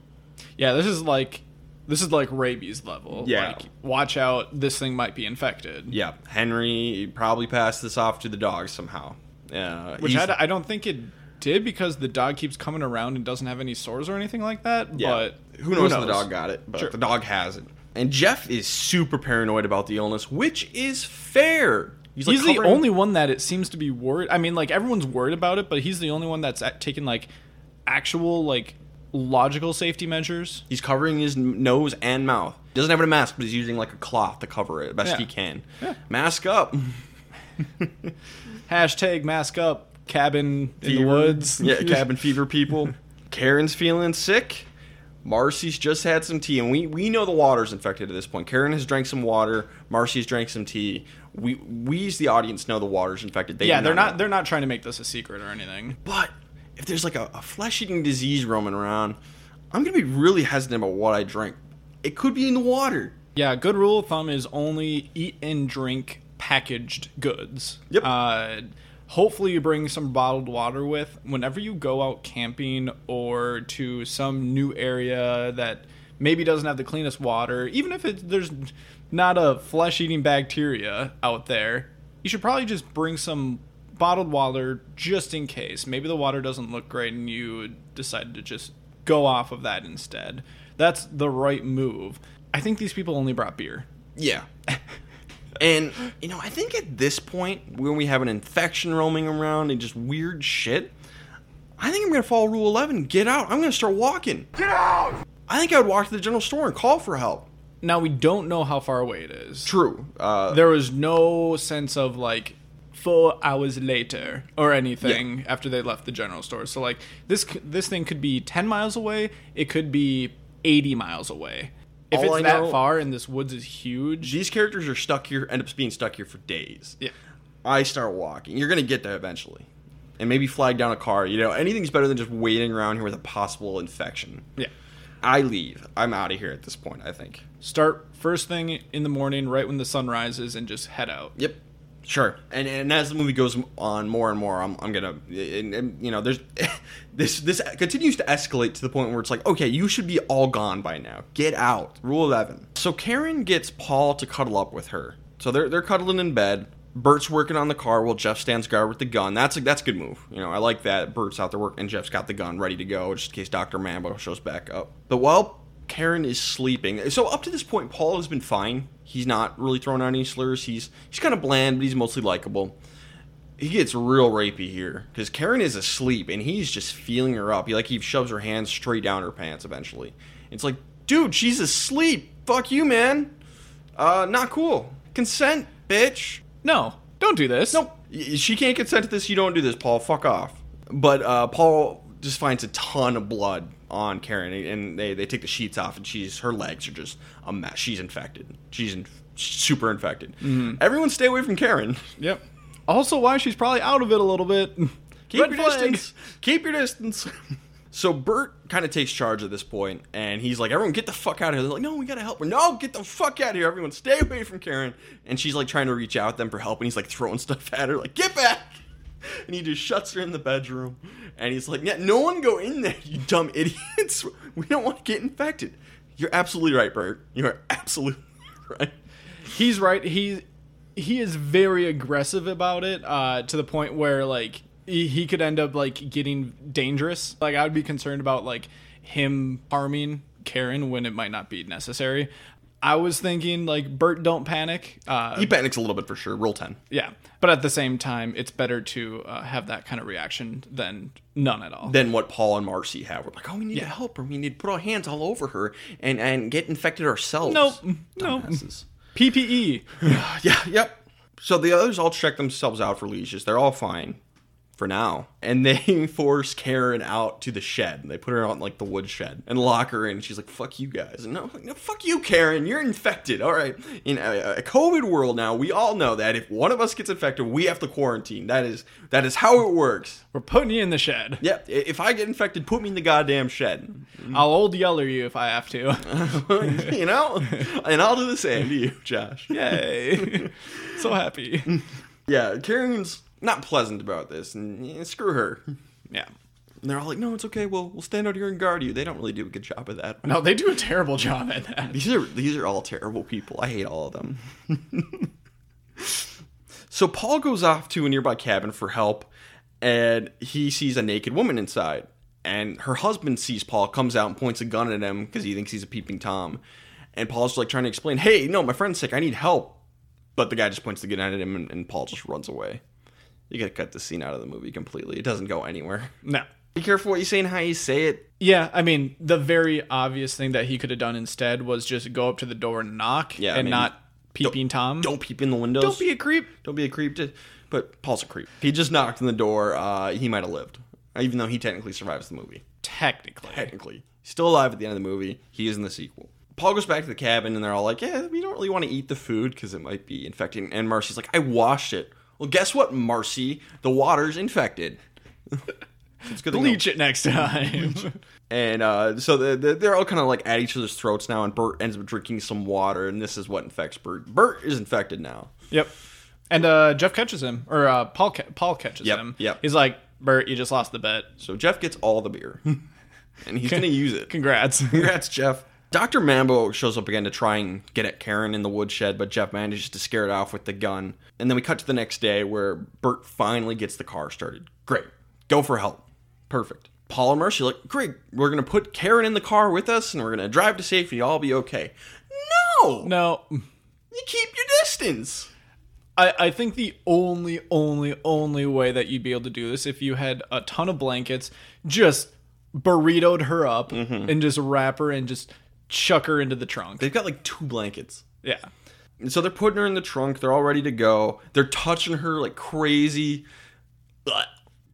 [SPEAKER 3] Yeah, this is like this is like rabies level.
[SPEAKER 1] Yeah.
[SPEAKER 3] Like, watch out, this thing might be infected.
[SPEAKER 1] Yeah, Henry probably passed this off to the dog somehow. Uh,
[SPEAKER 3] Which
[SPEAKER 1] he's-
[SPEAKER 3] I, d- I don't think it did because the dog keeps coming around and doesn't have any sores or anything like that.
[SPEAKER 1] yeah.
[SPEAKER 3] But
[SPEAKER 1] who knows, if the dog got it, but
[SPEAKER 3] Sure.
[SPEAKER 1] the dog has it. And Jeff is super paranoid about the illness, which is fair. like,
[SPEAKER 3] he's the
[SPEAKER 1] covering-
[SPEAKER 3] only one that it seems to be worried. I mean, like everyone's worried about it, but he's the only one that's at- taken like actual like logical safety measures.
[SPEAKER 1] He's covering his n- nose and mouth. Doesn't have a mask, but he's using like a cloth to cover it best
[SPEAKER 3] Yeah.
[SPEAKER 1] he can.
[SPEAKER 3] Yeah.
[SPEAKER 1] Mask up.
[SPEAKER 3] Hashtag mask up, cabin in the
[SPEAKER 1] Fever.
[SPEAKER 3] woods.
[SPEAKER 1] Yeah, cabin fever people. Karen's feeling sick. Marcy's just had some tea, and we, we know the water's infected at this point. Karen has drank some water. Marcy's drank some tea. We we as the audience know the water's infected. They
[SPEAKER 3] yeah,
[SPEAKER 1] do
[SPEAKER 3] they're not
[SPEAKER 1] know.
[SPEAKER 3] they're not trying to make this a secret or anything.
[SPEAKER 1] But if there's like a, a flesh eating disease roaming around, I'm gonna be really hesitant about what I drink. It could be in the water.
[SPEAKER 3] Yeah, good rule of thumb is only eat and drink packaged goods.
[SPEAKER 1] Yep.
[SPEAKER 3] Uh, hopefully, you bring some bottled water with. Whenever you go out camping or to some new area that maybe doesn't have the cleanest water, even if it, there's not a flesh eating bacteria out there, you should probably just bring some bottled water just in case. Maybe the water doesn't look great and you decide to just go off of that instead. That's the right move. I think these people only brought beer.
[SPEAKER 1] Yeah. and, you know, I think at this point, when we have an infection roaming around and just weird shit, I think I'm going to follow Rule 11, get out. I'm going to start walking.
[SPEAKER 2] Get out!
[SPEAKER 1] I think I would walk to the general store and call for help.
[SPEAKER 3] Now we don't know how far away it is.
[SPEAKER 1] True. Uh,
[SPEAKER 3] There was no sense of like four hours later or anything after they left the general store. So like this c- this thing could be ten miles away. It could be eighty miles away. If
[SPEAKER 1] All
[SPEAKER 3] it's
[SPEAKER 1] I
[SPEAKER 3] that
[SPEAKER 1] know-
[SPEAKER 3] far and this woods is huge,
[SPEAKER 1] these characters are stuck here, end up being stuck here for days.
[SPEAKER 3] yeah.
[SPEAKER 1] I start walking. You're going to get there eventually. And maybe flag down a car. You know, anything's better than just waiting around here with a possible infection.
[SPEAKER 3] Yeah.
[SPEAKER 1] I leave. I'm out of here at this point, I think.
[SPEAKER 3] Start first thing in the morning, right when the sun rises, and just head out.
[SPEAKER 1] Yep. Sure. And and as the movie goes on more and more, I'm, I'm gonna and, and, you know there's this this continues to escalate to the point where it's like okay you should be all gone by now get out rule eleven. So Karen gets Paul to cuddle up with her. So they're they're cuddling in bed. Bert's working on the car while Jeff stands guard with the gun. That's a, that's a good move. You know I like that Bert's out there working and Jeff's got the gun ready to go just in case Doctor Mambo shows back up. But while Karen is sleeping. So up to this point, Paul has been fine. He's not really thrown out any slurs. He's he's kind of bland, but he's mostly likable. He gets real rapey here because Karen is asleep and he's just feeling her up. He like he shoves her hands straight down her pants. Eventually, it's like, dude, she's asleep. Fuck you, man. Uh, not cool. Consent, bitch.
[SPEAKER 3] No, don't do this.
[SPEAKER 1] Nope. Y- She can't consent to this. You don't do this, Paul. Fuck off. But uh, Paul just finds a ton of blood on Karen, and they, they take the sheets off, and she's her legs are just a mess. She's infected. She's in, super infected. Everyone, stay away from Karen.
[SPEAKER 3] Yep. Also, why she's probably out of it a little bit.
[SPEAKER 1] Keep
[SPEAKER 3] Red
[SPEAKER 1] your
[SPEAKER 3] flag.
[SPEAKER 1] distance. Keep your distance. so Bert kind of takes charge at this point, and he's like, "Everyone, get the fuck out of here!" They're like, "No, we gotta help her." No, get the fuck out of here, everyone. Stay away from Karen. And she's like trying to reach out at them for help, and he's like throwing stuff at her, like, "Get back!" And he just shuts her in the bedroom, and he's like, "Yeah, no one go in there, you dumb idiots. We don't want to get infected." You're absolutely right, Bert. You are absolutely right.
[SPEAKER 3] he's right. He he is very aggressive about it uh, to the point where like he, he could end up like getting dangerous. Like I would be concerned about like him harming Karen when it might not be necessary. I was thinking like Bert, don't panic. Uh,
[SPEAKER 1] He panics a little bit for sure. Roll ten.
[SPEAKER 3] yeah, but at the same time, it's better to uh, have that kind of reaction than none at all.
[SPEAKER 1] Than what Paul and Marcy have. We're like, oh, we need to
[SPEAKER 3] Yeah.
[SPEAKER 1] help her. We need to put our hands all over her and and get infected ourselves.
[SPEAKER 3] Nope. Nope.
[SPEAKER 1] Dumbasses.
[SPEAKER 3] PPE.
[SPEAKER 1] Yeah, yep. So the others all check themselves out for leashes. They're all fine for now. And they force Karen out to the shed. They put her out in like the wood shed and lock her in. She's like, fuck you guys. And I'm like, no, fuck you, Karen. You're infected. All right. In a, a COVID world now, we all know that if one of us gets infected, we have to quarantine. That is that is how it works.
[SPEAKER 3] We're putting you in the shed.
[SPEAKER 1] Yep. i- If I get infected, put me in the goddamn shed.
[SPEAKER 3] I'll old yeller you if I have to.
[SPEAKER 1] you know? And I'll do the same to you, Josh.
[SPEAKER 3] Yay. so happy.
[SPEAKER 1] Yeah, Karen's not pleasant about this, and eh, screw her. And
[SPEAKER 3] Yeah.
[SPEAKER 1] they're all like, "No, it's okay. We'll we'll stand out here and guard you." They don't really do a good job of that.
[SPEAKER 3] No, they do a terrible job at that.
[SPEAKER 1] These are these are all terrible people. I hate all of them. so Paul goes off to a nearby cabin for help, and he sees a naked woman inside. And her husband sees Paul, comes out and points a gun at him because he thinks he's a peeping tom. And Paul's like trying to explain, "Hey, no, my friend's sick. I need help." But the guy just points the gun at him, and, and Paul just runs away. You gotta cut the scene out of the movie completely. It doesn't go anywhere.
[SPEAKER 3] No.
[SPEAKER 1] Be careful what you say and how you say it.
[SPEAKER 3] Yeah, I mean, the very obvious thing that he could have done instead was just go up to the door and knock
[SPEAKER 1] Yeah, I
[SPEAKER 3] and
[SPEAKER 1] mean,
[SPEAKER 3] not peeping Tom.
[SPEAKER 1] Don't peep in the windows.
[SPEAKER 3] Don't be a creep.
[SPEAKER 1] Don't be a creep. Just, but Paul's a creep. If he just knocked on the door, uh, he might have lived. Even though he technically survives the movie.
[SPEAKER 3] Technically.
[SPEAKER 1] Technically. He's still alive at the end of the movie. He is in the sequel. Paul goes back to the cabin and they're all like, yeah, we don't really want to eat the food because it might be infecting. And Marcy's like, I washed it. Well, guess what, Marcy? The water's infected. it's good to know.
[SPEAKER 3] Bleach it next time.
[SPEAKER 1] And uh, so the, the, they're all kind of like at each other's throats now, and Bert ends up drinking some water, and this is what infects Bert. Bert is infected now.
[SPEAKER 3] yep. And uh, Jeff catches him, or uh, Paul ca- Paul catches
[SPEAKER 1] Yep,
[SPEAKER 3] him.
[SPEAKER 1] yep.
[SPEAKER 3] He's like, Bert, you just lost the bet.
[SPEAKER 1] So Jeff gets all the beer, and he's going to use it.
[SPEAKER 3] Congrats.
[SPEAKER 1] Congrats, Jeff. Dr. Mambo shows up again to try and get at Karen in the woodshed, but Jeff manages to scare it off with the gun. And then we cut to the next day where Bert finally gets the car started. Great. Go for help. Perfect. Paul and Mercy are like, great, we're going to put Karen in the car with us and we're going to drive to safety. All be okay. No!
[SPEAKER 3] no.
[SPEAKER 1] You keep your distance.
[SPEAKER 3] I, I think the only, only, only way that you'd be able to do this if you had a ton of blankets, just burritoed her up
[SPEAKER 1] Mm-hmm.
[SPEAKER 3] and just wrap her and just chuck her into the trunk.
[SPEAKER 1] They've got like two blankets.
[SPEAKER 3] yeah.
[SPEAKER 1] And so they're putting her in the trunk. They're all ready to go. They're touching her like crazy. Ugh.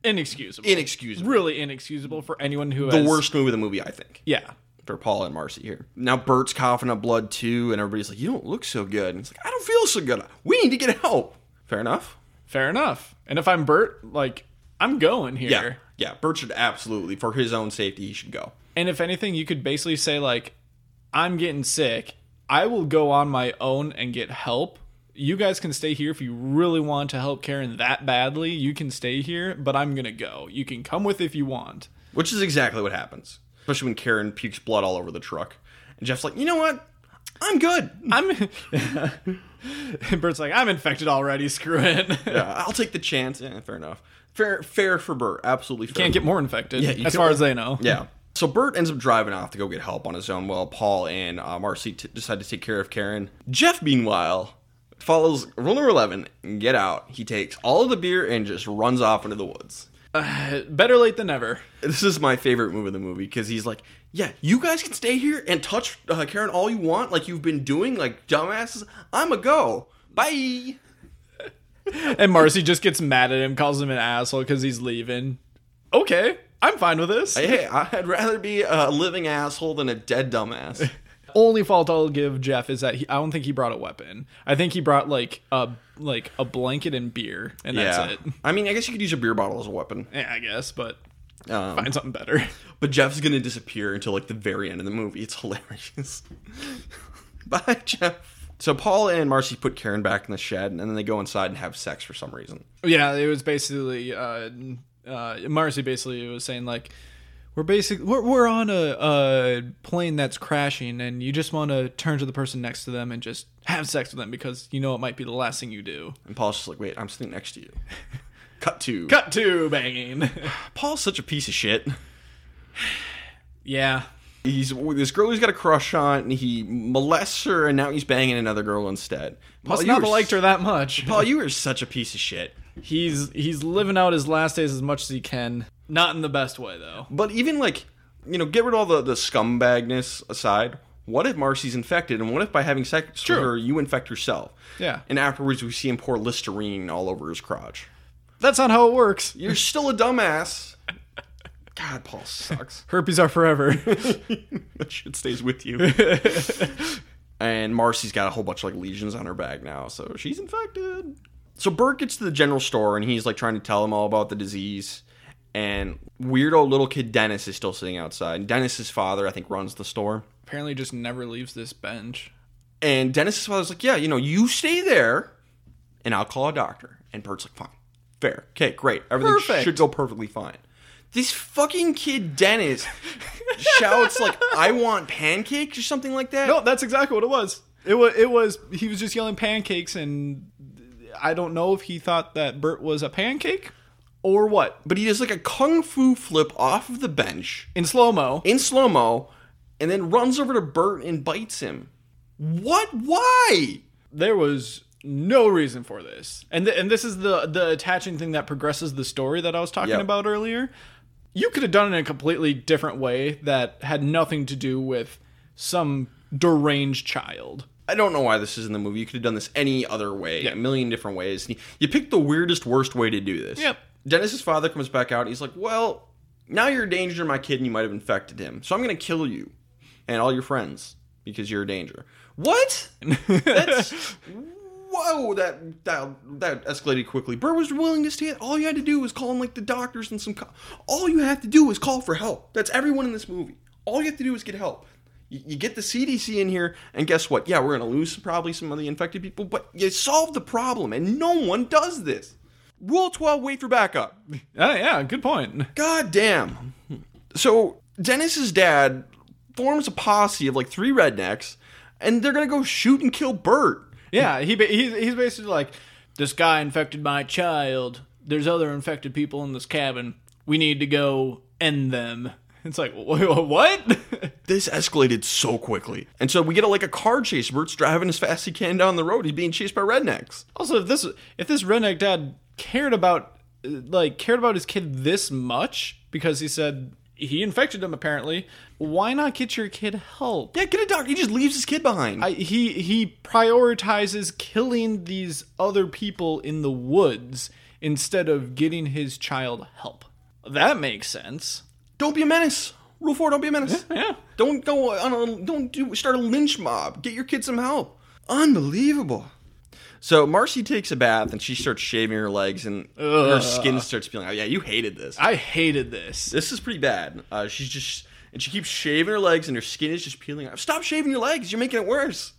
[SPEAKER 3] Inexcusable.
[SPEAKER 1] Inexcusable.
[SPEAKER 3] Really inexcusable for anyone who
[SPEAKER 1] The
[SPEAKER 3] has.
[SPEAKER 1] worst move of the movie, I think.
[SPEAKER 3] Yeah.
[SPEAKER 1] for Paul and Marcy here. Now Bert's coughing up blood too, and everybody's like, "You don't look so good." And it's like, "I don't feel so good. We need to get help." Fair enough.
[SPEAKER 3] Fair enough. And if I'm Bert, like, I'm going here.
[SPEAKER 1] Yeah, yeah. Bert should absolutely, for his own safety, he should go.
[SPEAKER 3] And if anything, you could basically say, like, I'm getting sick. I will go on my own and get help. You guys can stay here if you really want to help Karen that badly. You can stay here, but I'm going to go. You can come with if you want.
[SPEAKER 1] Which is exactly what happens, especially when Karen pukes blood all over the truck. And Jeff's like, "You know what? I'm good.
[SPEAKER 3] I'm. and Bert's like, I'm infected already. Screw it.
[SPEAKER 1] Yeah, I'll take the chance." Yeah, fair enough. Fair, fair for Bert. Absolutely fair.
[SPEAKER 3] Can't get more infected,
[SPEAKER 1] Yeah, you
[SPEAKER 3] as
[SPEAKER 1] can-
[SPEAKER 3] far as they know.
[SPEAKER 1] Yeah. So Bert ends up driving off to go get help on his own while Paul and uh, Marcy t- decide to take care of Karen. Jeff, meanwhile, follows rule number 11 get out. He takes all of the beer and just runs off into the woods.
[SPEAKER 3] Better late than never.
[SPEAKER 1] This is my favorite move of the movie because he's like, Yeah, you guys can stay here and touch uh, Karen all you want, like you've been doing, like dumbasses. I'm a go. Bye.
[SPEAKER 3] And Marcy just gets mad at him, calls him an asshole because he's leaving. Okay, I'm fine with this.
[SPEAKER 1] Hey, I'd rather be a living asshole than a dead dumbass.
[SPEAKER 3] only fault I'll give Jeff is that he, I don't think he brought a weapon. I think he brought like a like a blanket and beer, and that's it.
[SPEAKER 1] I mean, I guess you could use a beer bottle as a weapon.
[SPEAKER 3] Yeah, I guess, but
[SPEAKER 1] Um,
[SPEAKER 3] find something better.
[SPEAKER 1] But Jeff's gonna disappear until like the very end of the movie. It's hilarious. Bye, Jeff. So Paul and Marcy put Karen back in the shed, and then they go inside and have sex for some reason.
[SPEAKER 3] yeah, it was basically uh, uh, Marcy basically was saying like. We're basically we're, we're on a, a plane that's crashing, and you just want to turn to the person next to them and just have sex with them because you know it might be the last thing you do.
[SPEAKER 1] And Paul's just like, "Wait, I'm sitting next to you." Cut to
[SPEAKER 3] Cut to banging.
[SPEAKER 1] Paul's such a piece of shit.
[SPEAKER 3] yeah,
[SPEAKER 1] he's this girl he's got a crush on, and he molests her, and now he's banging another girl instead. Paul,
[SPEAKER 3] Must
[SPEAKER 1] you were
[SPEAKER 3] not have liked
[SPEAKER 1] s-
[SPEAKER 3] her that much.
[SPEAKER 1] Paul, you were such a piece of shit.
[SPEAKER 3] He's he's living out his last days as much as he can. Not in the best way though.
[SPEAKER 1] But even like, you know, get rid of all the, the scumbagness aside. What if Marcy's infected, and what if by having sex with her, you infect yourself?
[SPEAKER 3] Yeah.
[SPEAKER 1] And afterwards, we see him pour Listerine all over his crotch.
[SPEAKER 3] That's not how it works.
[SPEAKER 1] You're still a dumbass. God, Paul sucks.
[SPEAKER 3] Herpes are forever.
[SPEAKER 1] that shit stays with you. and Marcy's got a whole bunch of like lesions on her back now, so she's infected. So Bert gets to the general store and he's like trying to tell him all about the disease. And weirdo little kid Dennis is still sitting outside. Dennis's father, I think, runs the store.
[SPEAKER 3] Apparently just never leaves this bench.
[SPEAKER 1] And Dennis's father's like, Yeah, you know, you stay there and I'll call a doctor. And Bert's like, Fine. Fair. Okay, great. Everything
[SPEAKER 3] Perfect.
[SPEAKER 1] should go perfectly fine. This fucking kid Dennis shouts like, I want pancakes or something like that.
[SPEAKER 3] No, that's exactly what it was. It was it was he was just yelling pancakes and I don't know if he thought that Bert was a pancake or what.
[SPEAKER 1] but he does like a kung fu flip off of the bench
[SPEAKER 3] In slow-mo.
[SPEAKER 1] in slow mo, and then runs over to Bert and bites him. What? Why?
[SPEAKER 3] there was no reason for this. And th- and this is the the attaching thing that progresses the story that I was talking
[SPEAKER 1] Yep.
[SPEAKER 3] about earlier. You could have done it in a completely different way that had nothing to do with some deranged child.
[SPEAKER 1] I don't know why this is in the movie. You could have done this any other way, a million different ways. You- You picked the weirdest, worst way to do this.
[SPEAKER 3] Yep.
[SPEAKER 1] Dennis's father comes back out. He's like, "Well, now you're a danger to my kid, and you might have infected him. So I'm going to kill you and all your friends because you're a danger." What? That's whoa. That that that escalated quickly. Burr was willing to stand. All you had to do was call in like the doctors and some. Co- all you have to do is call for help. That's everyone in this movie. All you have to do is get help. You you get the CDC in here, and guess what? Yeah, we're going to lose probably some of the infected people, but you solve the problem, and no one does this. Rule 12, wait for backup.
[SPEAKER 3] Ah, yeah, good point.
[SPEAKER 1] God damn. So Dennis's dad forms a posse of like three rednecks, and they're gonna go shoot and kill Bert.
[SPEAKER 3] Yeah, he ba- he's he's basically like, this guy infected my child. There's other infected people in this cabin. We need to go end them. It's like wha- what?
[SPEAKER 1] This escalated so quickly. And so we get a, like a car chase. Bert's driving as fast as he can down the road. He's being chased by rednecks.
[SPEAKER 3] also, if this if this redneck dad cared about uh, like cared about his kid this much because he said he infected him apparently, why not get your kid help?
[SPEAKER 1] Yeah, get a doctor. He just leaves his kid behind.
[SPEAKER 3] I, he he prioritizes killing these other people in the woods instead of getting his child help. That makes sense.
[SPEAKER 1] don't be a menace. Rule four, don't be a menace.
[SPEAKER 3] Yeah.
[SPEAKER 1] Don't go on a don't do start a lynch mob. Get your kid some help. Unbelievable. So Marcy takes a bath and she starts shaving her legs and her skin starts peeling out. Yeah, you hated this.
[SPEAKER 3] I hated this.
[SPEAKER 1] this is pretty bad. Uh, she's just and she keeps shaving her legs and her skin is just peeling out. Stop shaving your legs. You're making it worse.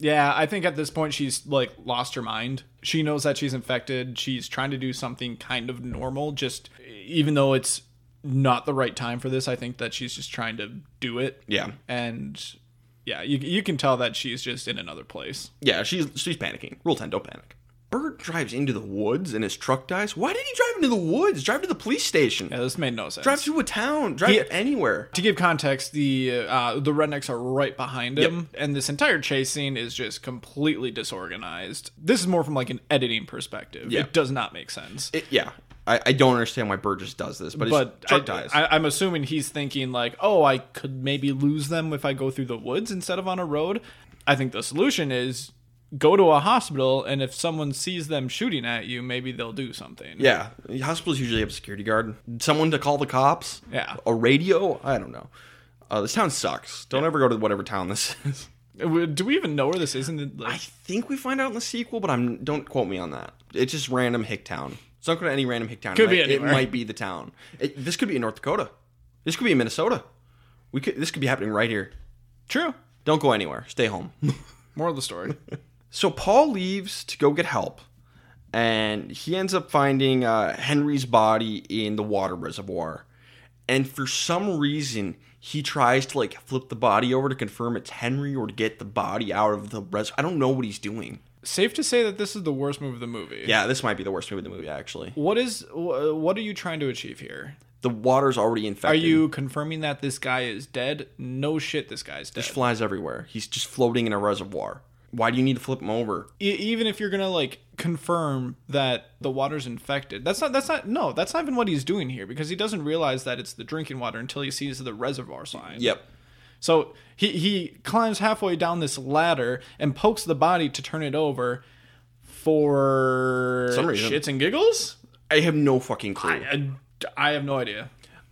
[SPEAKER 3] Yeah, I think at this point she's like lost her mind. She knows that she's infected. She's trying to do something kind of normal, just even though it's not the right time for this. I think that she's just trying to do it.
[SPEAKER 1] Yeah.
[SPEAKER 3] And yeah, you, you can tell that she's just in another place.
[SPEAKER 1] Yeah, she's she's panicking. Rule ten, don't panic. Bert drives into the woods and his truck dies. Why did he drive into the woods? Drive to the police station.
[SPEAKER 3] Yeah, this made no sense.
[SPEAKER 1] Drive to a town. Drive
[SPEAKER 3] He-
[SPEAKER 1] anywhere.
[SPEAKER 3] to give context, the uh, the rednecks are right behind him, and this entire chase scene is just completely disorganized. This is more from like an editing perspective.
[SPEAKER 1] Yeah.
[SPEAKER 3] It does not make sense.
[SPEAKER 1] It- yeah, I, I don't understand why Bert just does this, but,
[SPEAKER 3] but
[SPEAKER 1] his
[SPEAKER 3] I,
[SPEAKER 1] truck dies.
[SPEAKER 3] I, am assuming he's thinking like, oh, I could maybe lose them if I go through the woods instead of on a road. I think the solution is go to a hospital, and if someone sees them shooting at you, maybe they'll do something.
[SPEAKER 1] yeah, hospitals usually have a security guard, someone to call the cops.
[SPEAKER 3] Yeah.
[SPEAKER 1] a radio. I don't know. Uh, this town sucks. Don't ever go to whatever town this is.
[SPEAKER 3] W- Do we even know where this is? In the, like,
[SPEAKER 1] I think we find out in the sequel, but I'm don't quote me on that. It's just random hick town. It's not going to any random hick town.
[SPEAKER 3] Could
[SPEAKER 1] it
[SPEAKER 3] be
[SPEAKER 1] might,
[SPEAKER 3] anywhere.
[SPEAKER 1] It might be the town. It, this could be in North Dakota. This could be in Minnesota. We could. This could be happening right here.
[SPEAKER 3] true.
[SPEAKER 1] Don't go anywhere. Stay home.
[SPEAKER 3] Moral of the story.
[SPEAKER 1] So Paul leaves to go get help, and he ends up finding uh, Henry's body in the water reservoir. And for some reason, he tries to like flip the body over to confirm it's Henry or to get the body out of the res. I don't know what he's doing.
[SPEAKER 3] Safe to say that this is the worst move of the movie.
[SPEAKER 1] Yeah, this might be the worst movie of the movie actually.
[SPEAKER 3] What is wh- what are you trying to achieve here?
[SPEAKER 1] The water's already
[SPEAKER 3] Are
[SPEAKER 1] infected.
[SPEAKER 3] you confirming that this guy is dead? No shit, this guy's dead.
[SPEAKER 1] There's flies everywhere. He's just floating in a reservoir. Why do you need to flip him over?
[SPEAKER 3] E- even if you're gonna like confirm that the water's infected that's not that's not no that's not even what he's doing here because he doesn't realize that it's the drinking water until he sees the reservoir sign
[SPEAKER 1] Yep.
[SPEAKER 3] so he he climbs halfway down this ladder and pokes the body to turn it over for
[SPEAKER 1] Some reason.
[SPEAKER 3] shits and giggles
[SPEAKER 1] I have no fucking clue.
[SPEAKER 3] I, I have no idea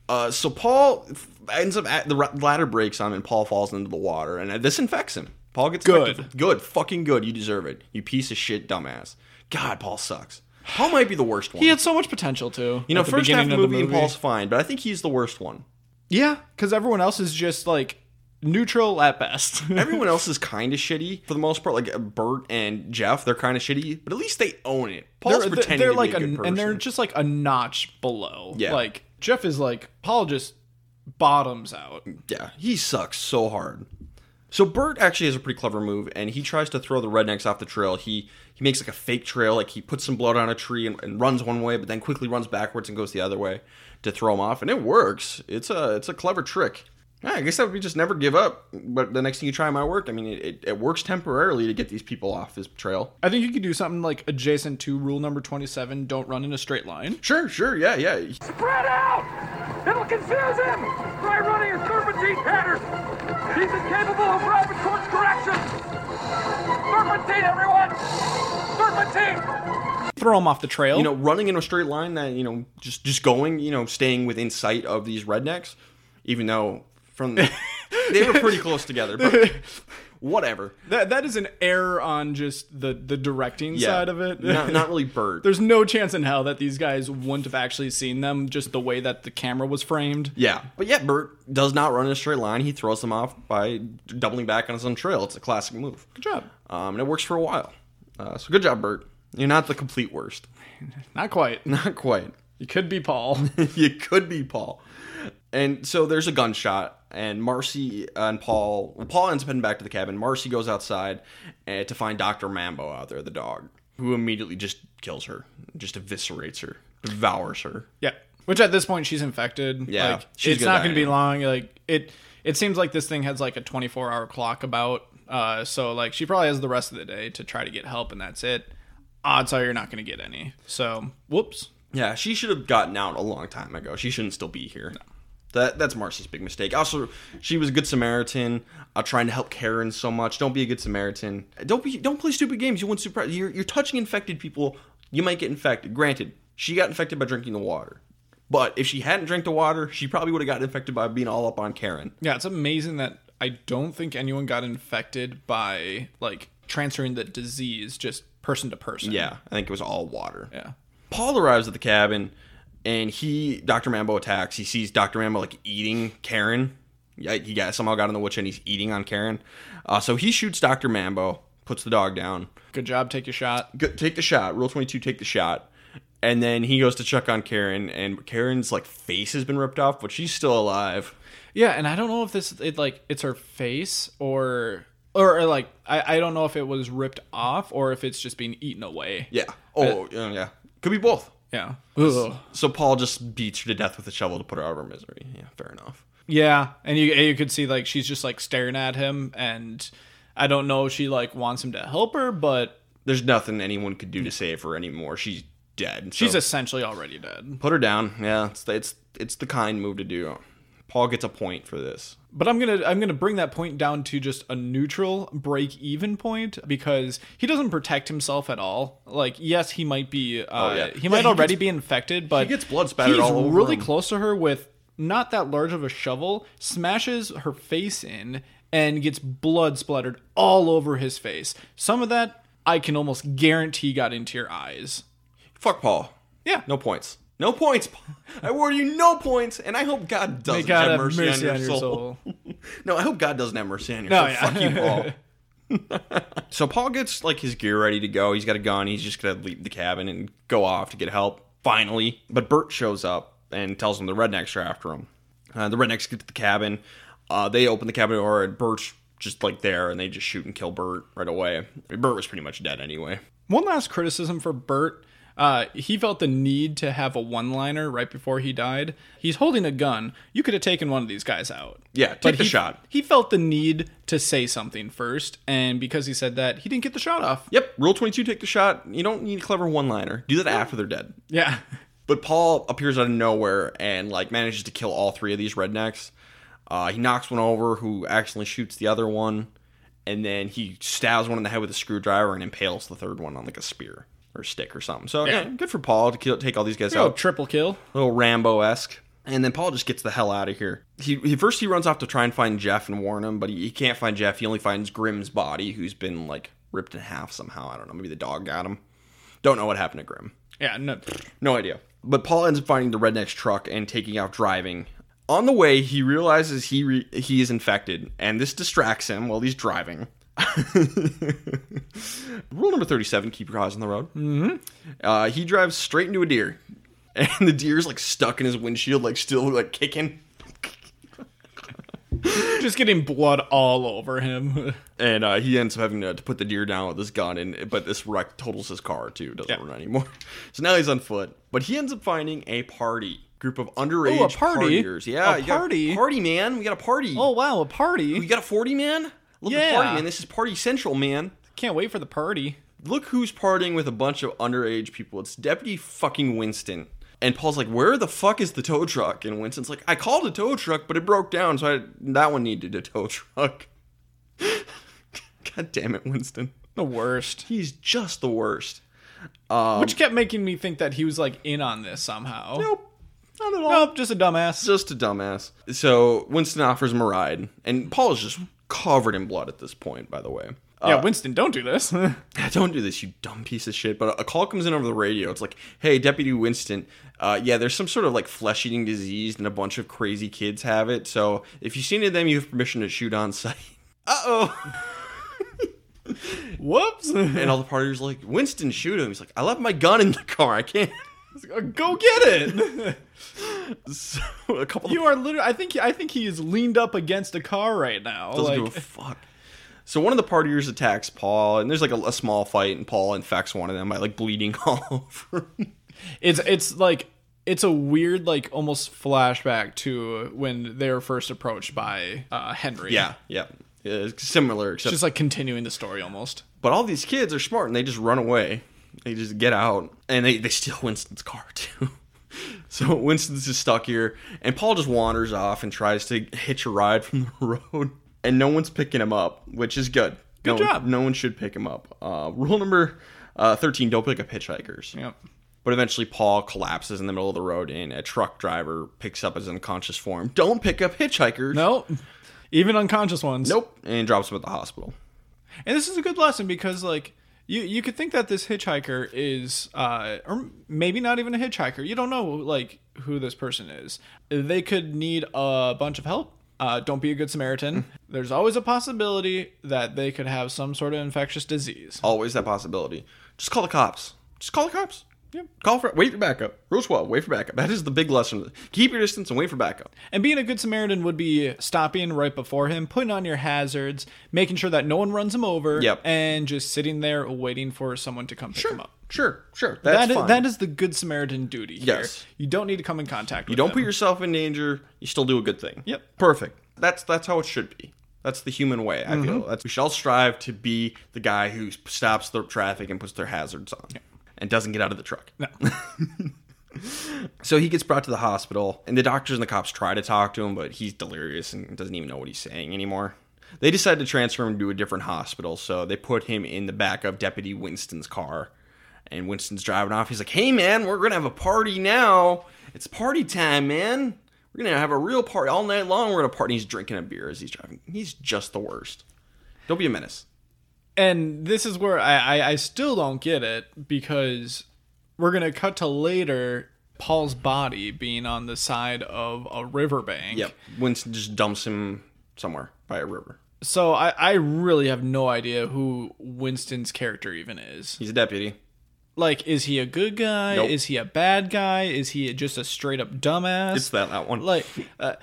[SPEAKER 1] Uh, so Paul f- ends up at the ra- ladder breaks on him, and Paul falls into the water, and uh, this infects him. Paul gets
[SPEAKER 3] Good.
[SPEAKER 1] infected. good, fucking good. You deserve it. You piece of shit, dumbass. God, Paul sucks. Paul might be the worst one.
[SPEAKER 3] he had so much potential too
[SPEAKER 1] you know,
[SPEAKER 3] at the
[SPEAKER 1] first half
[SPEAKER 3] beginning
[SPEAKER 1] of the
[SPEAKER 3] of
[SPEAKER 1] movie, Paul's fine, but I think he's the worst one.
[SPEAKER 3] yeah because everyone else is just like neutral at best
[SPEAKER 1] Everyone else is kind of shitty for the most part. Like uh, Bert and Jeff, they're kind of shitty, but at least they own it. Paul's
[SPEAKER 3] they're,
[SPEAKER 1] pretending
[SPEAKER 3] they're
[SPEAKER 1] to
[SPEAKER 3] like
[SPEAKER 1] be a good
[SPEAKER 3] n-
[SPEAKER 1] person.
[SPEAKER 3] and they're just like a notch below.
[SPEAKER 1] Yeah.
[SPEAKER 3] Like Jeff is like Paul just bottoms out.
[SPEAKER 1] Yeah, he sucks so hard. So Bert actually has a pretty clever move, and he tries to throw the rednecks off the trail. He he makes like a fake trail, like he puts some blood on a tree and, and runs one way, but then quickly runs backwards and goes the other way to throw him off, and it works. It's a it's a clever trick. Yeah, I guess that would be just never give up. But the next thing you try might work. I mean, it, it, it works temporarily to get these people off this trail.
[SPEAKER 3] I think you could do something like adjacent to rule number twenty seven: don't run in a straight line.
[SPEAKER 1] Sure, sure, yeah, yeah.
[SPEAKER 2] Spread out! It'll confuse him! Try running in serpentine patterns! He's incapable of rapid course correction! Serpentine, everyone! Serpentine!
[SPEAKER 3] Throw him off the trail.
[SPEAKER 1] you know, running in a straight line that, you know, just just going, you know, staying within sight of these rednecks, even though from they were pretty close together, but whatever.
[SPEAKER 3] that that is an error on just the the directing
[SPEAKER 1] Yeah.
[SPEAKER 3] side of it.
[SPEAKER 1] not, not really bird.
[SPEAKER 3] There's no chance in hell that these guys wouldn't have actually seen them, just the way that the camera was framed.
[SPEAKER 1] yeah, but yeah, Bert does not run in a straight line. He throws them off by doubling back on his own trail. It's a classic move,
[SPEAKER 3] Good job.
[SPEAKER 1] um, and it works for a while. Uh, so good job, Bert. You're not the complete worst.
[SPEAKER 3] Not quite.
[SPEAKER 1] Not quite.
[SPEAKER 3] You could be Paul.
[SPEAKER 1] you could be Paul. And so there's a gunshot, and Marcy uh, and Paul. well, Paul ends up heading back to the cabin. Marcy goes outside uh, to find Dr. Mambo out there, the dog, who immediately just kills her, just eviscerates her, devours her.
[SPEAKER 3] Yeah. Which at this point she's infected.
[SPEAKER 1] Yeah,
[SPEAKER 3] Like,
[SPEAKER 1] she's
[SPEAKER 3] it's
[SPEAKER 1] gonna
[SPEAKER 3] not
[SPEAKER 1] die
[SPEAKER 3] going to be
[SPEAKER 1] anyway.
[SPEAKER 3] long. Like it. It seems like this thing has like a 24 hour clock about. Uh, so like she probably has the rest of the day to try to get help, and that's it. Odds are you're not going to get any. So whoops.
[SPEAKER 1] Yeah, she should have gotten out a long time ago. She shouldn't still be here. That that's Marcy's big mistake. Also, she was a good Samaritan, uh, trying to help Karen so much. Don't be a good Samaritan. Don't be don't play stupid games. You won't surprise. You're you're touching infected people. You might get infected. Granted, she got infected by drinking the water. But if she hadn't drank the water, she probably would have gotten infected by being all up on Karen.
[SPEAKER 3] Yeah, it's amazing that I don't think anyone got infected by like transferring the disease just person to person.
[SPEAKER 1] Yeah, I think it was all water.
[SPEAKER 3] Yeah.
[SPEAKER 1] Paul arrives at the cabin and he Dr. Mambo attacks. He sees Dr. Mambo like eating Karen. Yeah, he got somehow got in the witch and he's eating on Karen. Uh, so he shoots Dr. Mambo, puts the dog down.
[SPEAKER 3] Good job. Take your shot.
[SPEAKER 1] Go, take the shot. Rule 22, take the shot. And then he goes to check on Karen and Karen's like face has been ripped off, but she's still alive.
[SPEAKER 3] Yeah, and I don't know if this it like it's her face or or, or, like I, I don't know if it was ripped off or if it's just being eaten away.
[SPEAKER 1] Yeah. Oh, yeah, yeah. Could be both.
[SPEAKER 3] Yeah.
[SPEAKER 1] So Paul just beats her to death with a shovel to put her out of her misery. Yeah, fair enough.
[SPEAKER 3] Yeah, and you and you could see like she's just like staring at him and I don't know if she like wants him to help her, but
[SPEAKER 1] There's nothing anyone could do to save her anymore. She's dead.
[SPEAKER 3] she's
[SPEAKER 1] so-
[SPEAKER 3] essentially already dead.
[SPEAKER 1] Put her down. Yeah, it's the, it's it's the kind move to do. Paul gets a point for this.
[SPEAKER 3] But I'm going to I'm going to bring that point down to just a neutral break even point because he doesn't protect himself at all. Like yes, he might be uh,
[SPEAKER 1] Oh, yeah.
[SPEAKER 3] he
[SPEAKER 1] Yeah,
[SPEAKER 3] might
[SPEAKER 1] he
[SPEAKER 3] already
[SPEAKER 1] gets-
[SPEAKER 3] be infected, but
[SPEAKER 1] he gets blood spattered
[SPEAKER 3] he's
[SPEAKER 1] all over
[SPEAKER 3] really
[SPEAKER 1] him.
[SPEAKER 3] close to her with not that large of a shovel, smashes her face in and gets blood splattered all over his face. Some of that I can almost guarantee got into your eyes.
[SPEAKER 1] Fuck Paul.
[SPEAKER 3] Yeah.
[SPEAKER 1] No points. No points. Paul. I warn you, no points. And I hope God doesn't
[SPEAKER 3] God
[SPEAKER 1] have
[SPEAKER 3] have
[SPEAKER 1] mercy,
[SPEAKER 3] mercy
[SPEAKER 1] on,
[SPEAKER 3] on
[SPEAKER 1] your
[SPEAKER 3] your
[SPEAKER 1] soul. no, I hope God doesn't have mercy on your
[SPEAKER 3] No,
[SPEAKER 1] soul.
[SPEAKER 3] yeah.
[SPEAKER 1] Fuck you, Paul. so Paul gets like his gear ready to go. He's got a gun. He's just gonna leave the cabin and go off to get help. Finally, but Bert shows up and tells him the rednecks are after him. Uh, the rednecks get to the cabin. Uh, they open the cabin door and Bert's just like there, and they just shoot and kill Bert right away. Bert was pretty much dead anyway.
[SPEAKER 3] One last criticism for Bert. Uh, he felt the need to have a one liner right before he died. He's holding a gun. You could have taken one of these guys out.
[SPEAKER 1] Yeah, take
[SPEAKER 3] But
[SPEAKER 1] the
[SPEAKER 3] he-
[SPEAKER 1] shot.
[SPEAKER 3] He felt the need to say something first, and because he said that, he didn't get the shot off.
[SPEAKER 1] Yep, rule 22 take the shot. You don't need a clever one liner. Do that after they're dead.
[SPEAKER 3] Yeah.
[SPEAKER 1] But Paul appears out of nowhere and like manages to kill all three of these rednecks. Uh, he knocks one over who accidentally shoots the other one, and then he stabs one in the head with a screwdriver and impales the third one on like a spear or stick or something. So yeah,
[SPEAKER 3] Yeah.
[SPEAKER 1] good for Paul to kill, take all these guys
[SPEAKER 3] Oh,
[SPEAKER 1] out.
[SPEAKER 3] triple kill.
[SPEAKER 1] little Rambo esque. And then Paul just gets the hell out of here. He, he first he runs off to try and find Jeff and warn him, but he, he can't find Jeff. He only finds Grimm's body, who's been like ripped in half somehow. I don't know. Maybe the dog got him. Don't know what happened to Grimm.
[SPEAKER 3] Yeah. No.
[SPEAKER 1] No idea. But Paul ends up finding the redneck's truck and taking off driving. On the way, he realizes he re- he is infected, and this distracts him while he's driving. Rule number thirty-seven: keep your eyes on the road. Mm-hmm. Uh, he drives straight into a deer, and the deer's like stuck in his windshield, like still like kicking.
[SPEAKER 3] Just getting blood all over him.
[SPEAKER 1] And uh, he ends up having to, to put the deer down with his gun, and but this wreck totals his car too. Doesn't
[SPEAKER 3] Yeah.
[SPEAKER 1] run anymore, so now he's on foot. But he ends up finding a party group of underage
[SPEAKER 3] Oh, a party?
[SPEAKER 1] partiers. Yeah,
[SPEAKER 3] A
[SPEAKER 1] you got
[SPEAKER 3] party?
[SPEAKER 1] party man. We got a party.
[SPEAKER 3] oh wow, a party.
[SPEAKER 1] we got a forty man. Look at
[SPEAKER 3] Yeah.
[SPEAKER 1] party man. This is party central, man.
[SPEAKER 3] Can't wait for the party.
[SPEAKER 1] Look who's partying with a bunch of underage people. It's Deputy fucking Winston. And Paul's like, "Where the fuck is the tow truck?" And Winston's like, "I called a tow truck, but it broke down, so I, that one needed a tow truck." God damn it, Winston.
[SPEAKER 3] The worst.
[SPEAKER 1] He's just the worst. Um,
[SPEAKER 3] Which kept making me think that he was like in on this somehow.
[SPEAKER 1] Nope. Not at all.
[SPEAKER 3] Nope, just a dumbass.
[SPEAKER 1] Just a dumbass. So Winston offers him a ride, and Paul is just covered in blood at this point, by the way. Uh,
[SPEAKER 3] yeah, Winston, don't do this.
[SPEAKER 1] don't do this, you dumb piece of shit. But a call comes in over the radio. It's like, hey, Deputy Winston, uh, yeah, there's some sort of like flesh eating disease, and a bunch of crazy kids have it. So if you see any of them, you have permission to shoot on sight. Uh oh.
[SPEAKER 3] Whoops.
[SPEAKER 1] and all the partyers are like, Winston, shoot him. He's like, I left my gun in the car. I can't.
[SPEAKER 3] Uh, Go get it.
[SPEAKER 1] So a couple of
[SPEAKER 3] you are literally I think I think he is leaned up against a car right now.
[SPEAKER 1] doesn't
[SPEAKER 3] like
[SPEAKER 1] give a fuck. So one of the partiers attacks Paul, and there's like a, a small fight, and Paul infects one of them by like bleeding all over. him.
[SPEAKER 3] it's it's like it's a weird like almost flashback to when they were first approached by uh, Henry.
[SPEAKER 1] yeah, yeah, it's similar,
[SPEAKER 3] It's
[SPEAKER 1] except
[SPEAKER 3] Just like continuing the story almost.
[SPEAKER 1] but all these kids are smart and they just run away. They just get out and they they steal Winston's car too. So Winston's just stuck here, and Paul just wanders off and tries to hitch a ride from the road, and no one's picking him up, which is good. Good no,
[SPEAKER 3] job.
[SPEAKER 1] No one should pick him up. Uh, rule number uh, thirteen: Don't pick up hitchhikers.
[SPEAKER 3] Yep.
[SPEAKER 1] But eventually, Paul collapses in the middle of the road, and a truck driver picks up his unconscious form. Don't pick up hitchhikers.
[SPEAKER 3] No. Even unconscious ones.
[SPEAKER 1] Nope. And drops him at the hospital.
[SPEAKER 3] And this is a good lesson because like you you could think that this hitchhiker is uh or maybe not even a hitchhiker. You don't know like who this person is. They could need a bunch of help. Uh, don't be a good Samaritan.
[SPEAKER 1] Mm-hmm.
[SPEAKER 3] There's always a possibility that they could have some sort of infectious disease.
[SPEAKER 1] Always that possibility. Just call the cops. Just call the cops.
[SPEAKER 3] Yep.
[SPEAKER 1] Call for wait for backup. Rule twelve. Wait for backup. That is the big lesson. Keep your distance and wait for backup.
[SPEAKER 3] And being a good Samaritan would be stopping right before him, putting on your hazards, making sure that no one runs him over,
[SPEAKER 1] Yep.
[SPEAKER 3] and just sitting there waiting for someone to come pick him up.
[SPEAKER 1] Sure. Sure. That's
[SPEAKER 3] that is,
[SPEAKER 1] fine.
[SPEAKER 3] that is the good Samaritan duty here.
[SPEAKER 1] Yes.
[SPEAKER 3] You don't need to come in contact with
[SPEAKER 1] You don't put yourself in danger. You still do a good thing.
[SPEAKER 3] Yep.
[SPEAKER 1] Perfect. That's that's how it should be. That's the human way. I feel.
[SPEAKER 3] Mm-hmm.
[SPEAKER 1] That's, we should all strive to be the guy who stops the traffic and puts their hazards on, and doesn't get out of the truck.
[SPEAKER 3] No.
[SPEAKER 1] So he gets brought to the hospital, and the doctors and the cops try to talk to him, but he's delirious and doesn't even know what he's saying anymore. They decide to transfer him to a different hospital, so they put him in the back of Deputy Winston's car. And Winston's driving off. He's like, hey, man, we're going to have a party now. It's party time, man. We're going to have a real party all night long. We're going to party. He's drinking a beer as he's driving. He's just the worst. Don't be a menace.
[SPEAKER 3] and this is where I, I I still don't get it because we're gonna cut to later Paul's body being on the side of a riverbank.
[SPEAKER 1] Yep. Winston just dumps him somewhere by a river.
[SPEAKER 3] So I I really have no idea who Winston's character even is.
[SPEAKER 1] He's a deputy.
[SPEAKER 3] Like, is he a good guy?
[SPEAKER 1] Nope.
[SPEAKER 3] Is he a bad guy? Is he just a straight up dumbass?
[SPEAKER 1] It's that, that one.
[SPEAKER 3] Like. Uh,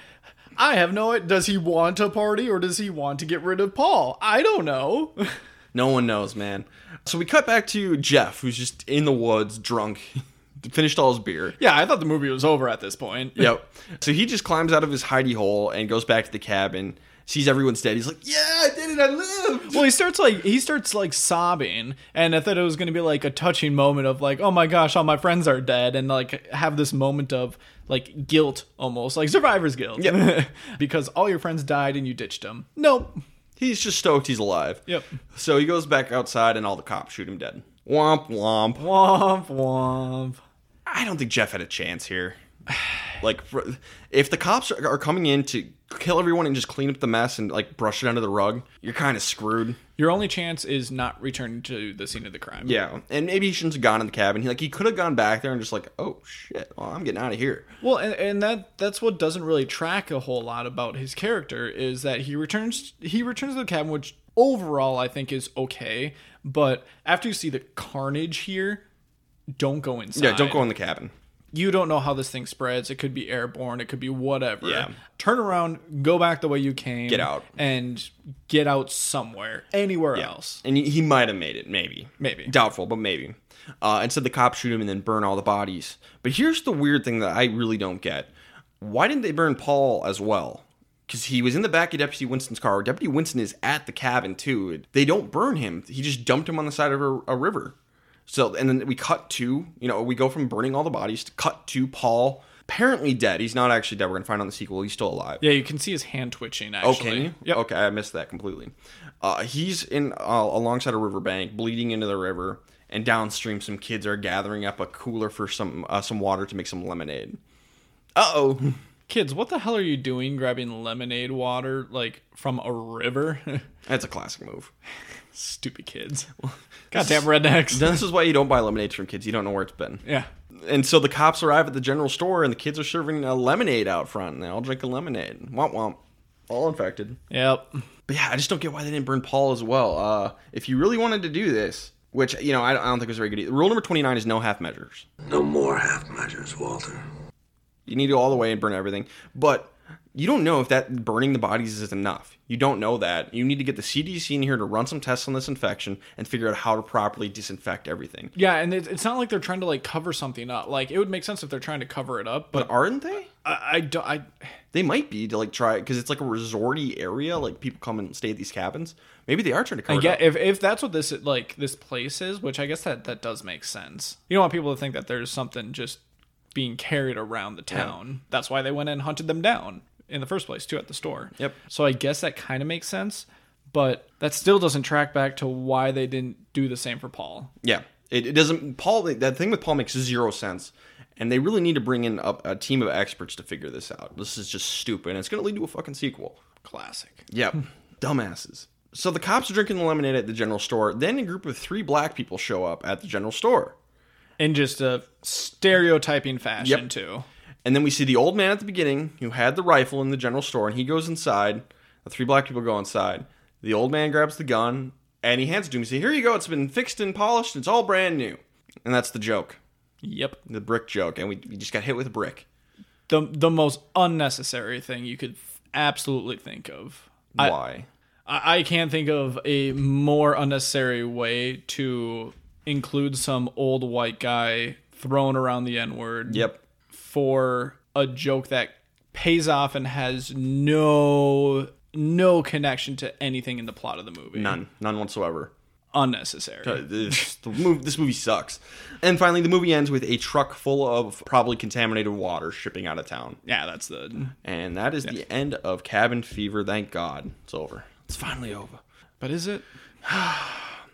[SPEAKER 3] I have no. Does he want a party or does he want to get rid of Paul? I don't know.
[SPEAKER 1] No one knows, man. So we cut back to Jeff, who's just in the woods, drunk, finished all his beer.
[SPEAKER 3] Yeah, I thought the movie was over at this point.
[SPEAKER 1] Yep. So he just climbs out of his hidey hole and goes back to the cabin. Sees everyone's dead. He's like, "Yeah, I did it. I lived."
[SPEAKER 3] Well, he starts like he starts like sobbing, and I thought it was gonna be like a touching moment of like, oh my gosh, all my friends are dead, and like have this moment of like guilt almost, like survivor's guilt,
[SPEAKER 1] Yep.
[SPEAKER 3] because all your friends died and you ditched them. Nope.
[SPEAKER 1] He's just stoked he's alive.
[SPEAKER 3] Yep.
[SPEAKER 1] So he goes back outside, and all the cops shoot him dead. Womp womp.
[SPEAKER 3] Womp womp.
[SPEAKER 1] I don't think Jeff had a chance here. Like, fr- if the cops are are coming in to kill everyone and just clean up the mess and like brush it under the rug, you're kind of screwed.
[SPEAKER 3] Your only chance is not returning to the scene of the crime.
[SPEAKER 1] Yeah, and maybe he shouldn't have gone in the cabin. He like he could have gone back there and just like, oh shit, well I'm getting out of here.
[SPEAKER 3] Well, and, and that that's what doesn't really track a whole lot about his character is that he returns he returns to the cabin, which overall I think is okay. But after you see the carnage here, don't go inside.
[SPEAKER 1] Yeah, don't go in the cabin.
[SPEAKER 3] You don't know how this thing spreads. It could be airborne. It could be whatever.
[SPEAKER 1] Yeah.
[SPEAKER 3] Turn around, go back the way you came.
[SPEAKER 1] Get out.
[SPEAKER 3] and get out somewhere, anywhere
[SPEAKER 1] Yeah.
[SPEAKER 3] else.
[SPEAKER 1] And he, he might have made it, maybe,
[SPEAKER 3] Maybe.
[SPEAKER 1] doubtful, but maybe. Uh, instead, the cops shoot him and then burn all the bodies. But here's the weird thing that I really don't get: why didn't they burn Paul as well? Because he was in the back of Deputy Winston's car. Deputy Winston is at the cabin too. They don't burn him. He just dumped him on the side of a, a river. So, and then we cut to, you know, we go from burning all the bodies to cut to Paul apparently dead. He's not actually dead. We're gonna find out in the sequel. He's still alive.
[SPEAKER 3] Yeah, you can see his hand twitching.
[SPEAKER 1] Oh,
[SPEAKER 3] Actually,
[SPEAKER 1] can you?
[SPEAKER 3] Yep.
[SPEAKER 1] Okay, I missed that completely. Uh, he's in uh, alongside a riverbank, bleeding into the river, and downstream, some kids are gathering up a cooler for some uh, some water to make some lemonade. Uh oh,
[SPEAKER 3] Kids, what the hell are you doing grabbing lemonade water like from a river?
[SPEAKER 1] that's a classic move.
[SPEAKER 3] Stupid kids. Goddamn rednecks.
[SPEAKER 1] Then this is why you don't buy lemonades from kids. You don't know where it's been.
[SPEAKER 3] Yeah.
[SPEAKER 1] And so the cops arrive at the general store, and the kids are serving a lemonade out front, and they all drink a lemonade. Womp womp. All infected.
[SPEAKER 3] Yep.
[SPEAKER 1] But yeah, I just don't get why they didn't burn Paul as well. Uh, if you really wanted to do this, which you know, I, I don't think it was very good. e, Rule number twenty nine is no half measures.
[SPEAKER 5] No more half measures, Walter.
[SPEAKER 1] You need to go all the way and burn everything. But you don't know if that burning the bodies is enough. You don't know that. You need to get the CDC in here to run some tests on this infection and figure out how to properly disinfect everything.
[SPEAKER 3] Yeah, and it, it's not like they're trying to like cover something up. Like it would make sense if they're trying to cover it up, but
[SPEAKER 1] But aren't they?
[SPEAKER 3] I, I don't. I,
[SPEAKER 1] They might be to like try because it's like a resorty area. Like people come and stay at these cabins. Maybe they are trying to cover.
[SPEAKER 3] I
[SPEAKER 1] it
[SPEAKER 3] get
[SPEAKER 1] up.
[SPEAKER 3] if if that's what this like this place is, which I guess that that does make sense. You don't want people to think that there's something just being carried around the town. That's why they went and hunted them down in the first place too at the store.
[SPEAKER 1] Yep.
[SPEAKER 3] So I guess that kind of makes sense, but that still doesn't track back to why they didn't do the same for Paul.
[SPEAKER 1] Yeah, it, it doesn't. Paul, that thing with Paul makes zero sense, and they really need to bring in a, a team of experts to figure this out. This is just stupid, and it's going to lead to a fucking sequel.
[SPEAKER 3] Classic.
[SPEAKER 1] Yep, dumbasses. So the cops are drinking the lemonade at the general store. Then a group of three black people show up at the general store,
[SPEAKER 3] in just a stereotyping fashion
[SPEAKER 1] Yep.
[SPEAKER 3] too.
[SPEAKER 1] and then we see the old man at the beginning who had the rifle in the general store, and he goes inside. The three black people go inside. The old man grabs the gun and he hands it to him. He says, "Here you go. It's been fixed and polished. It's all brand new." And that's the joke.
[SPEAKER 3] Yep.
[SPEAKER 1] the brick joke, and we, we just got hit with a brick.
[SPEAKER 3] The the most unnecessary thing you could absolutely think of. I-
[SPEAKER 1] Why?
[SPEAKER 3] I, I can't think of a more unnecessary way to include some old white guy thrown around the N word
[SPEAKER 1] yep.
[SPEAKER 3] for a joke that pays off and has no no connection to anything in the plot of the movie.
[SPEAKER 1] None. None whatsoever.
[SPEAKER 3] Unnecessary.
[SPEAKER 1] Uh, This, the movie, this movie sucks. And finally, the movie ends with a truck full of probably contaminated water shipping out of town.
[SPEAKER 3] yeah, that's the
[SPEAKER 1] And that is the end of Cabin Fever. Thank God. It's over. It's finally over.
[SPEAKER 3] But is it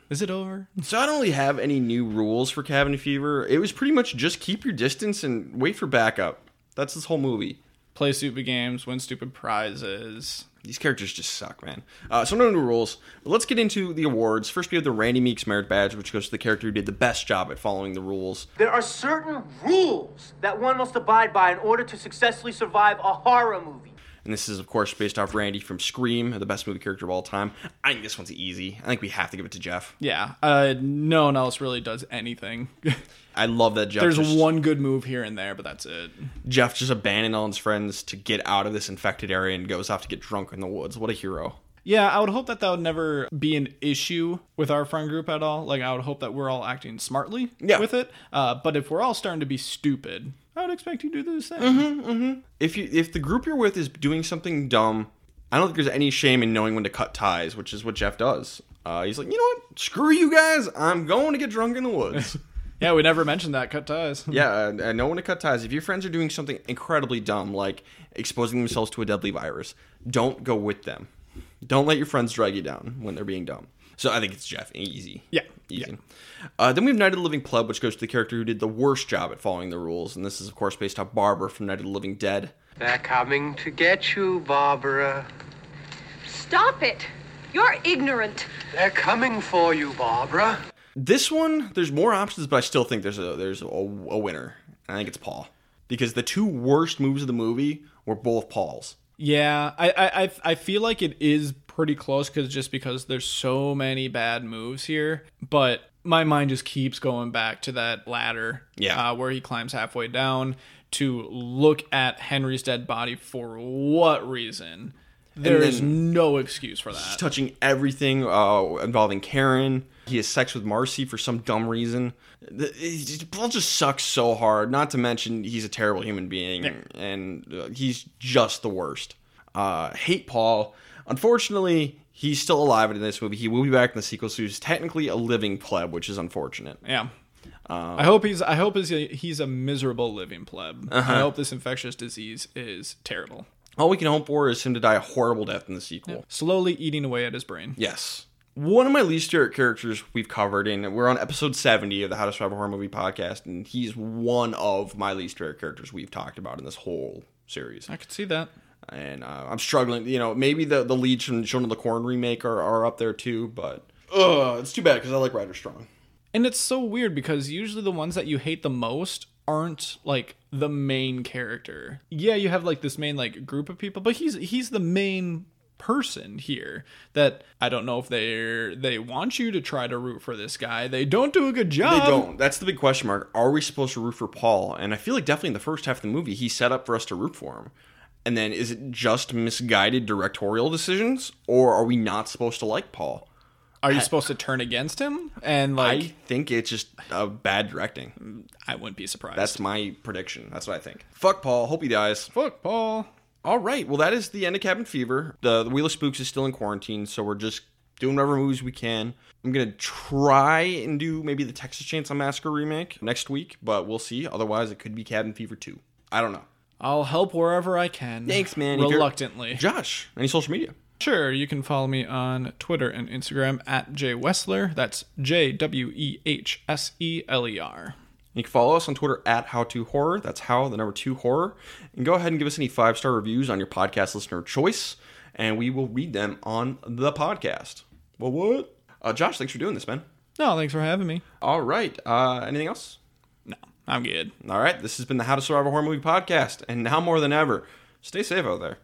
[SPEAKER 3] is it over?
[SPEAKER 1] So I don't really have any new rules for Cabin Fever. It was pretty much just keep your distance and wait for backup. That's this whole movie.
[SPEAKER 3] play stupid games, win stupid prizes.
[SPEAKER 1] These characters just suck, man. Uh, so no new rules. But let's get into the awards. First, we have the Randy Meeks Merit Badge, which goes to the character who did the best job at following the rules.
[SPEAKER 6] There are certain rules that one must abide by in order to successfully survive a horror movie.
[SPEAKER 1] And this is, of course, based off Randy from Scream, the best movie character of all time. I think this one's easy. I think we have to give it to Jeff.
[SPEAKER 3] Yeah, uh, no one else really does anything.
[SPEAKER 1] I love that Jeff.
[SPEAKER 3] There's
[SPEAKER 1] just,
[SPEAKER 3] one good move here and there, but that's it.
[SPEAKER 1] Jeff just abandoned all his friends to get out of this infected area and goes off to get drunk in the woods. What a hero!
[SPEAKER 3] Yeah, I would hope that that would never be an issue with our friend group at all. Like, I would hope that we're all acting smartly
[SPEAKER 1] Yeah.
[SPEAKER 3] with it. Uh, but if we're all starting to be stupid, I would expect you to do the same.
[SPEAKER 1] If you if the group you're with is doing something dumb, I don't think there's any shame in knowing when to cut ties, which is what Jeff does. Uh, he's like, you know what? Screw you guys. I'm going to get drunk in the woods.
[SPEAKER 3] Yeah, we never mentioned that. Cut ties.
[SPEAKER 1] yeah, and and know when to cut ties. If your friends are doing something incredibly dumb, like exposing themselves to a deadly virus, don't go with them. Don't let your friends drag you down when they're being dumb. So I think it's Jeff. Easy.
[SPEAKER 3] Yeah,
[SPEAKER 1] Easy. Uh, then we have Night of the Living Club, which goes to the character who did the worst job at following the rules. And this is, of course, based off Barbara from Night of the Living Dead.
[SPEAKER 7] They're coming to get you, Barbara.
[SPEAKER 8] Stop it! You're ignorant.
[SPEAKER 7] They're coming for you, Barbara.
[SPEAKER 1] This one, there's more options, but I still think there's a there's a, a winner. And I think it's Paul because the two worst moves of the movie were both Paul's.
[SPEAKER 3] Yeah, I I I- I feel like it is pretty close because just because there's so many bad moves here, but my mind just keeps going back to that ladder,
[SPEAKER 1] Yeah.
[SPEAKER 3] uh, where he climbs halfway down to look at Henry's dead body for what reason? There is no excuse for that.
[SPEAKER 1] touching everything uh, involving Karen. He has sex with Marcy for some dumb reason. The- it just- Paul just sucks so hard. Not to mention he's a terrible human being, and uh, he's just the worst. Uh, hate Paul. Unfortunately, he's still alive in this movie. He will be back in the sequel, so he's technically a living pleb, which is unfortunate.
[SPEAKER 3] Yeah. I hope he's. I hope he's a, he's a miserable living pleb. I hope this infectious disease is terrible,
[SPEAKER 1] All we can hope for is him to die a horrible death in the sequel.
[SPEAKER 3] slowly eating away at his brain.
[SPEAKER 1] Yes. One of my least favorite characters we've covered, and we're on episode 70 of the How to Survive a Horror Movie podcast, and he's one of my least favorite characters we've talked about in this whole series.
[SPEAKER 3] I could see that.
[SPEAKER 1] And uh, I'm struggling, you know, maybe the, the leads from Children of the Corn remake are, are up there too, but ugh, it's too bad because I like Ryder Strong.
[SPEAKER 3] And it's so weird because usually the ones that you hate the most aren't like the main character. Yeah, you have like this main like group of people, but he's he's the main person here that I don't know if they they want you to try to root for this guy. They don't do a good
[SPEAKER 1] They
[SPEAKER 3] job.
[SPEAKER 1] don't. That's the big question mark. Are we supposed to root for Paul? And I feel like definitely in the first half of the movie, he set up for us to root for him. And then is it just misguided directorial decisions, or are we not supposed to like Paul?
[SPEAKER 3] Are you supposed to turn against him? And like
[SPEAKER 1] I think it's just uh, bad directing.
[SPEAKER 3] I, wouldn't be surprised.
[SPEAKER 1] That's my prediction. That's what I think. Fuck Paul. Hope he dies.
[SPEAKER 3] fuck Paul.
[SPEAKER 1] All right. Well, that is the end of Cabin Fever. The, the Wheel of Spooks is still in quarantine, so we're just doing whatever movies we can. I'm gonna try and do maybe the Texas Chainsaw Massacre remake next week, but we'll see. Otherwise, it could be Cabin Fever two. I don't know.
[SPEAKER 3] I'll help wherever I can.
[SPEAKER 1] Thanks, man. If you're-
[SPEAKER 3] Reluctantly.
[SPEAKER 1] Josh, any social media?
[SPEAKER 3] Sure, you can follow me on Twitter and Instagram at jwessler. That's J W E H S E L E R.
[SPEAKER 1] You can follow us on Twitter at How to Horror. That's how the number two horror. And go ahead and give us any five star reviews on your podcast listener of choice, and we will read them on the podcast. Well, what? Uh, Josh, thanks for doing this, man.
[SPEAKER 3] No, thanks for having me.
[SPEAKER 1] All right. Uh, anything else?
[SPEAKER 3] No, I'm good.
[SPEAKER 1] All right. This has been the How to Survive a Horror Movie podcast, and now more than ever, stay safe out there.